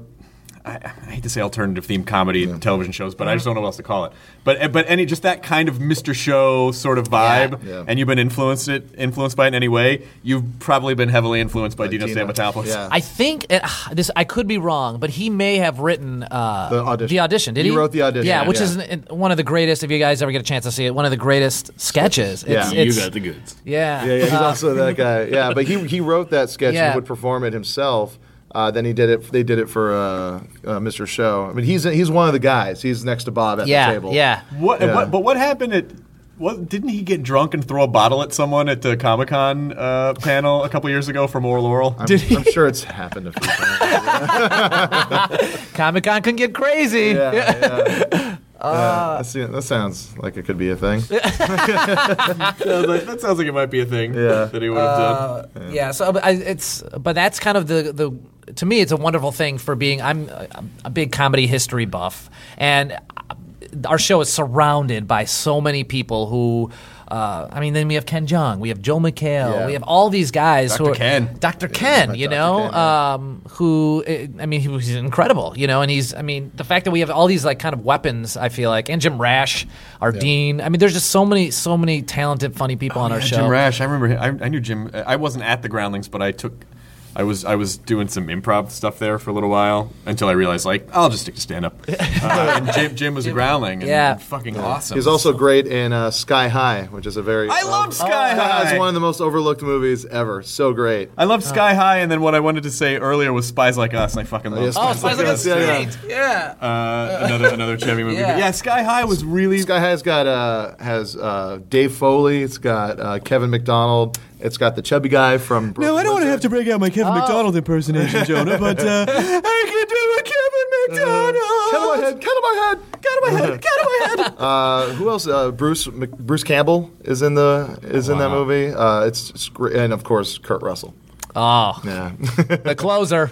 E: I, I hate to say alternative theme comedy television shows, but I just don't know what else to call it. But but any just that kind of Mr. Show sort of vibe,
H: Yeah. Yeah.
E: and you've been influenced it influenced by it in any way, you've probably been heavily influenced by Dino
H: Dino.
E: Stamatopoulos.
H: Yeah.
D: I think uh, this. I could be wrong, but he may have written uh,
H: The audition.
D: The audition. Did
H: He
D: he?
H: wrote the audition,
D: Yeah, which
H: yeah.
D: is an, one of the greatest. If you guys ever get a chance to see it, one of the greatest sketches. It's, it's-
H: goods.
D: Yeah.
H: yeah, he's
D: Uh,
H: also that guy. Yeah, but he he wrote that sketch
D: Yeah.
H: and would perform it himself. Uh, then he did it. They did it for uh, uh, Mr. Show. I mean, he's he's one of the guys. He's next to Bob at the table.
E: What, what? But what happened at? What, didn't he get drunk and throw a bottle at someone at the Comic Con uh, panel a couple years ago for Moral Oral?
H: I'm, I'm sure it's happened a few times.
D: Comic Con can get crazy.
H: Yeah, yeah.
D: Uh,
E: Ah.
H: Yeah, that's- yeah, that sounds like it could be a thing.
E: Sounds like- that sounds like it might be a thing
H: Yeah.
E: that he would have
D: Uh,
E: done.
D: yeah. So but I, it's but that's kind of the the to me it's a wonderful thing for being I'm a, a big comedy history buff and uh, our show is surrounded by so many people who. Uh, I mean, then we have Ken Jeong, we have Joe McHale,
K: Yeah.
D: we have all these guys who
K: Dr.
D: are
K: Ken.
D: Dr. Ken, you know, um, who eh, I mean, he was he's incredible, you know, and he's I mean, the fact that we have all these like kind of weapons, I feel like, and Jim Rash, our
E: Yeah.
D: dean. I mean, there's just so many, so many talented, funny people on our
E: Yeah,
D: show.
E: Jim Rash. I remember. him- I, I knew Jim. I wasn't at the Groundlings, but I took. I was I was doing some improv stuff there for a little while until I realized like I'll just stick to stand up. uh, and Jim, Jim was a growling. And, and fucking awesome.
H: He's also great in uh, Sky High, which is a very. uh, I love
E: Sky
H: High. is one of the most overlooked movies ever. So great.
E: I love Sky High, and then what I wanted to say earlier was Spies Oh, Like Us. and I fucking love.
H: yeah, Spies Like Us, yeah, yeah.
D: Yeah.
E: Uh, another another Chevy movie. But yeah, Sky High was really.
H: Sky High's got uh, has uh, Dave Foley. It's got uh, Kevin McDonald. It's got the chubby guy from. Brooklyn.
E: No, I don't want to have to break out my Kevin McDonald impersonation, Jonah, but uh, I can do a Kevin McDonald.
H: Cut out my head! Cut out my head!
E: Cut out my head! Cut out my head!
H: Uh, who else? Uh, Bruce Mc- Bruce Campbell is in the is in that movie. Uh, it's, it's great. and of course Kurt Russell.
D: Oh,
H: Yeah,
D: the closer.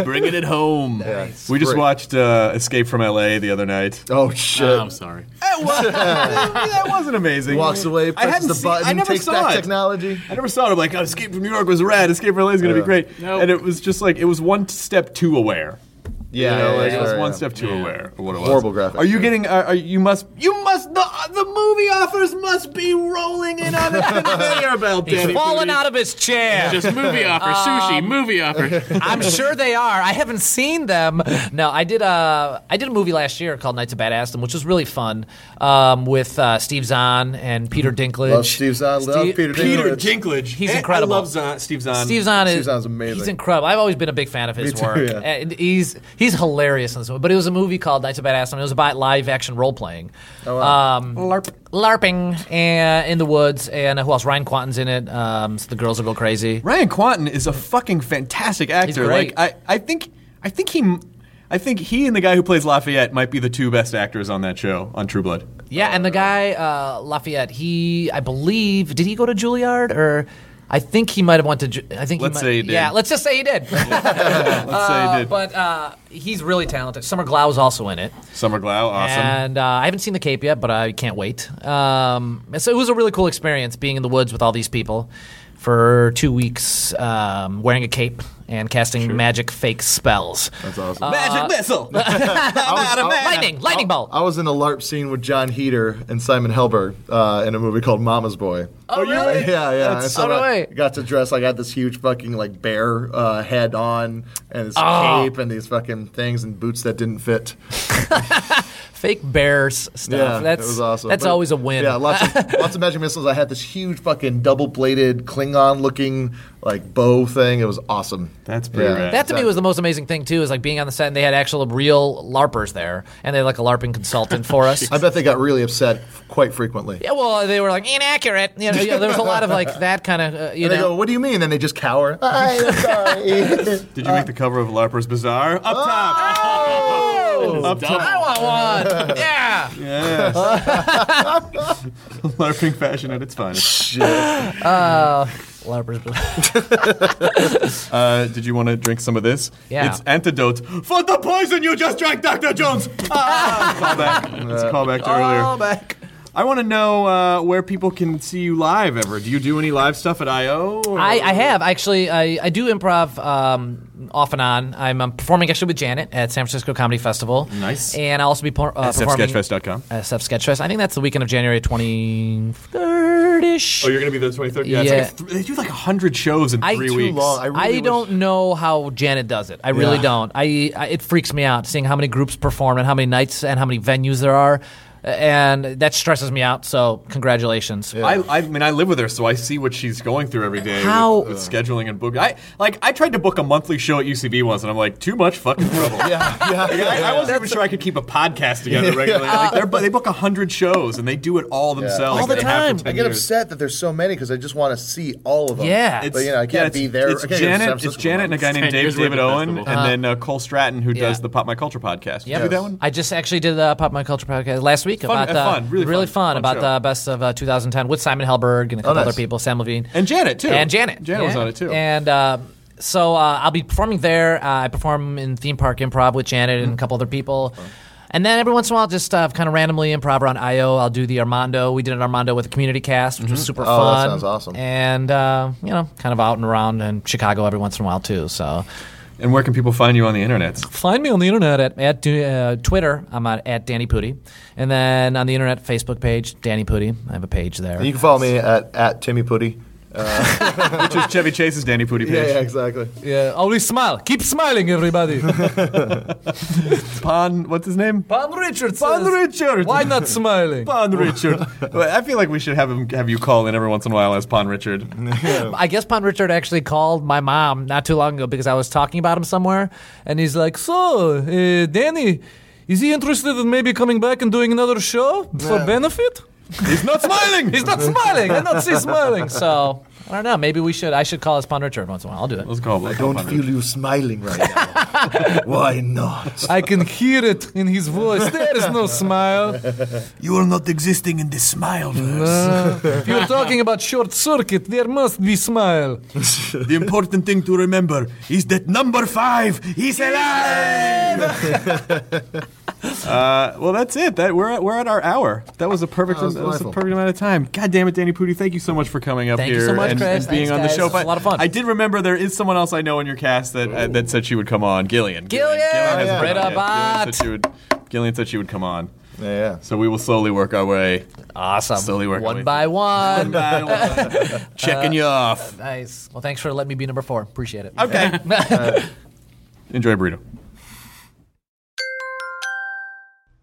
E: Bringing it home.
H: it's
E: We just
H: great.
E: watched uh, Escape from L.A. the other night.
H: Oh shit!
E: Um,
L: Oh, I'm sorry.
E: That, was, that wasn't amazing.
H: Walks away,
E: I
H: presses
E: hadn't
H: the
E: seen-
H: button,
E: I never
H: takes
E: saw
H: back
E: it.
H: technology.
E: I never saw it. I'm like, oh, Escape from New York was rad. Escape from LA is going to be great.
L: Nope.
E: And it was just like, it was one step too aware.
H: Yeah,
E: You know,
H: yeah,
E: like,
H: yeah,
E: it was
H: yeah,
E: one
H: yeah.
E: step too aware of what it was.
H: Horrible graphics,
E: Are you
H: yeah.
E: getting, are, are, you must, you must, the, the movie offers must be rolling in on a conveyor belt, Danny.
D: Falling
E: Pudi.
D: out of his chair.
L: Just movie offer, sushi, movie offer.
D: I'm sure they are. I haven't seen them. No, I did. Uh, I did a movie last year called Knights of Badassdom, which was really fun um, with uh, Steve Zahn and Peter Dinklage.
H: Mm-hmm. Love Steve Zahn. Love
D: Steve-
H: Peter Dinklage.
E: Peter Dinklage.
D: He's
E: Eh,
D: incredible.
E: I love Zahn, Steve Zahn.
D: Steve Zahn is
H: Steve Zahn's amazing.
D: He's incredible. I've always been a big fan of his
H: Me too,
D: work.
H: yeah.
D: And he's he's hilarious in this one. But it was a movie called Knights of Badass, and it was about live action role playing. Oh,
H: wow.
D: um, LARP. LARPing and, in the woods. And who else? Ryan Quanten's in it. Um, so the girls will go crazy.
E: Ryan Quanten is a fucking fantastic actor.
D: great.
E: Like I, I think I think he I think he and the guy who plays Lafayette might be the two best actors on that show on True Blood.
D: Yeah, and the guy uh, Lafayette, he I believe did he go to Juilliard or I think he might have went to. Ju- I think
E: Let's
D: he might,
E: say he did.
D: Yeah, let's just say he did.
E: Let's say he did.
D: but uh, he's really talented. Summer Glau's also in it,
E: Summer Glau, awesome.
D: and uh, I haven't seen the Cape yet, but I can't wait. Um, and so it was a really cool experience being in the woods with all these people for two weeks, um, wearing a cape and casting magic fake spells. Oh,
H: That's awesome.
D: uh,
E: Magic missile.
D: lightning, lightning bolt.
H: I was in a LARP scene with John Heater and Simon Helberg uh, in a movie called Mama's Boy.
D: Oh, really?
H: Yeah, yeah. And so
D: Oh, no
H: I
D: way.
H: got to dress. I got this huge fucking like bear uh, head on, and this
D: Ah.
H: cape, and these fucking things, and boots that didn't fit.
D: Fake bears stuff.
H: Yeah,
D: that's
H: it was awesome.
D: That's
H: But-
D: always a win.
H: Yeah, lots of lots of magic missiles. I had this huge fucking double bladed Klingon looking like bow thing. It was awesome.
E: That's pretty rad.
D: That to me was the most amazing thing too, is like being on the set and they had actual real LARPers there, and they had like a LARPing consultant for us.
H: I bet they got really upset quite frequently.
D: yeah, well, they were like inaccurate. You know, yeah, there was a lot of like that kind of uh, you
H: And they
D: know.
H: go, "What do you mean?" And they just cower. I'm sorry.
E: Did
D: uh,
E: you make the cover of Larpers Bazaar? Up top.
D: Ah!
E: Up top.
D: I want one. Yeah.
E: Yes. LARPing fashion at its finest.
D: LARPers.
E: Uh, did you want to drink some of this?
D: Yeah.
E: It's antidote for the poison you just drank, Dr. Jones. Ah, callback. It's a callback to earlier.
D: back.
E: I want to know uh, where people can see you live ever. Do you do any live stuff at I.O.? or-
D: I, I have actually. I, I do improv um, off and on. I'm um, performing actually with Janet at San Francisco Comedy Festival.
E: Nice.
D: And I'll also be por- uh, performing
E: SFsketchfest.com.
D: at SF Sketchfest. I think that's the weekend of January 23rd ish.
E: Oh, you're going to be there the 23rd? Yeah. it's
D: Yeah.
E: like a th- they do like 100 shows in
D: I-
E: three
D: too
E: weeks.
H: long. I really
D: I
H: wish-
D: don't know how Janet does it. I really
E: Yeah.
D: don't. I, I it freaks me out seeing how many groups perform and how many nights and how many venues there are, and that stresses me out. So congratulations.
E: I, I mean, I live with her, so I see what she's going through every day.
D: How-
E: With, with scheduling and booking. I like. I tried to book a monthly show at UCB once, and I'm like, too much fucking trouble. yeah, I, I wasn't even sure I could keep a podcast together regularly. Like, they're, but they book hundred shows, and they do it all themselves.
D: All the
E: They have
D: time.
E: for
H: I
E: 10
H: get
E: years.
H: upset that there's so many because I just want to see all of them.
D: Yeah.
H: but you know I
E: yeah,
H: can't
E: it's-
H: be there.
E: It's
H: I can't go to San
E: Janet, it's
H: Francisco.
E: Janet and a guy named
L: Ten
E: Dave
L: years
E: David
L: later
E: Owen,
L: festival.
E: and then uh, Cole Stratton, who
D: Uh-huh. Yeah.
E: does the Pop My Culture podcast. Did you
D: Yep.
E: do that one?
D: I just actually did the Pop My Culture podcast last week
E: Fun-
D: about
E: uh,
D: the
E: fun, really fun, fun
D: about
E: show. Oh,
D: the best of uh, 2010 with Simon Helberg and a couple
H: nice.
D: other people, Sam Levine
E: And Janet too.
D: and Janet.
E: Janet was
D: Yeah.
E: on it too.
D: And uh, so uh, I'll be performing there. Uh, I perform in theme park improv with Janet
E: Mm.
D: and a couple other people. And then every once in a while, just uh, kind of randomly improv around IO. I'll do the Armando. We did an Armando with a community cast, which
E: Mm-hmm.
D: was super
H: Oh, that
D: fun.
H: sounds awesome.
D: And uh, you know, kind of out and around in Chicago every once in a while too. So
E: and where can people find you on the internet?
D: find me on the internet at, at uh, Twitter. I'm at, at Danny Pudi, and then on the internet Facebook page, Danny Pudi. I have a page there.
H: You can follow me at, at Timmy Putty. Uh,
E: Which is Chevy Chase's Danny Pooty Page.
H: Yeah, yeah, exactly.
D: Yeah, always smile. Keep smiling, everybody.
E: Pon, what's his name?
D: Pon Richards.
E: Pon Richards.
D: Why not smiling?
E: Pon Richard. Well, I feel like we should have him have you call in every once in a while as Pon Richard.
D: I guess Pon Richard actually called my mom not too long ago because I was talking about him somewhere, and he's like, "So, uh, Danny, is he interested in maybe coming back and doing another show for
E: Yeah.
D: benefit?"
E: He's not smiling.
D: he's not smiling. I not see smiling. So I don't know. Maybe we should. I should call his Pon Richard once in a while. I'll do that. Let's
E: call.
D: I
H: don't feel you smiling right now. Why not?
D: I can hear it in his voice. There is no smile.
E: You are not existing in this smile
D: No. if you're talking about short circuit, there must be smile.
E: the important thing to remember is that number five, he's alive. uh, well, that's it. That we're at, we're at our hour. That was a perfect
D: That was
E: that was a
D: delightful.
E: perfect amount of time. God damn it, Danny Pudi, thank you so much for coming up
D: Thank you
E: here
D: so much,
E: and,
D: Chris.
E: and being
D: Thanks,
E: on the
D: guys.
E: show.
D: It was a lot of fun.
E: I did remember there is someone else I know in your cast that uh, that said she would come on, Gillian. Gillian,
D: Gillian
E: hasn't
D: Brett
E: been on yet.
D: Abbott.
E: Gillian said she would. Gillian said she would come on.
H: Yeah, yeah.
E: So we will slowly work our way.
D: Awesome.
E: Slowly work our way.
D: One by one.
E: by
D: Uh,
E: Checking you off.
D: Nice. Well, thanks for letting me be number four. Appreciate it.
E: Okay. Enjoy a burrito.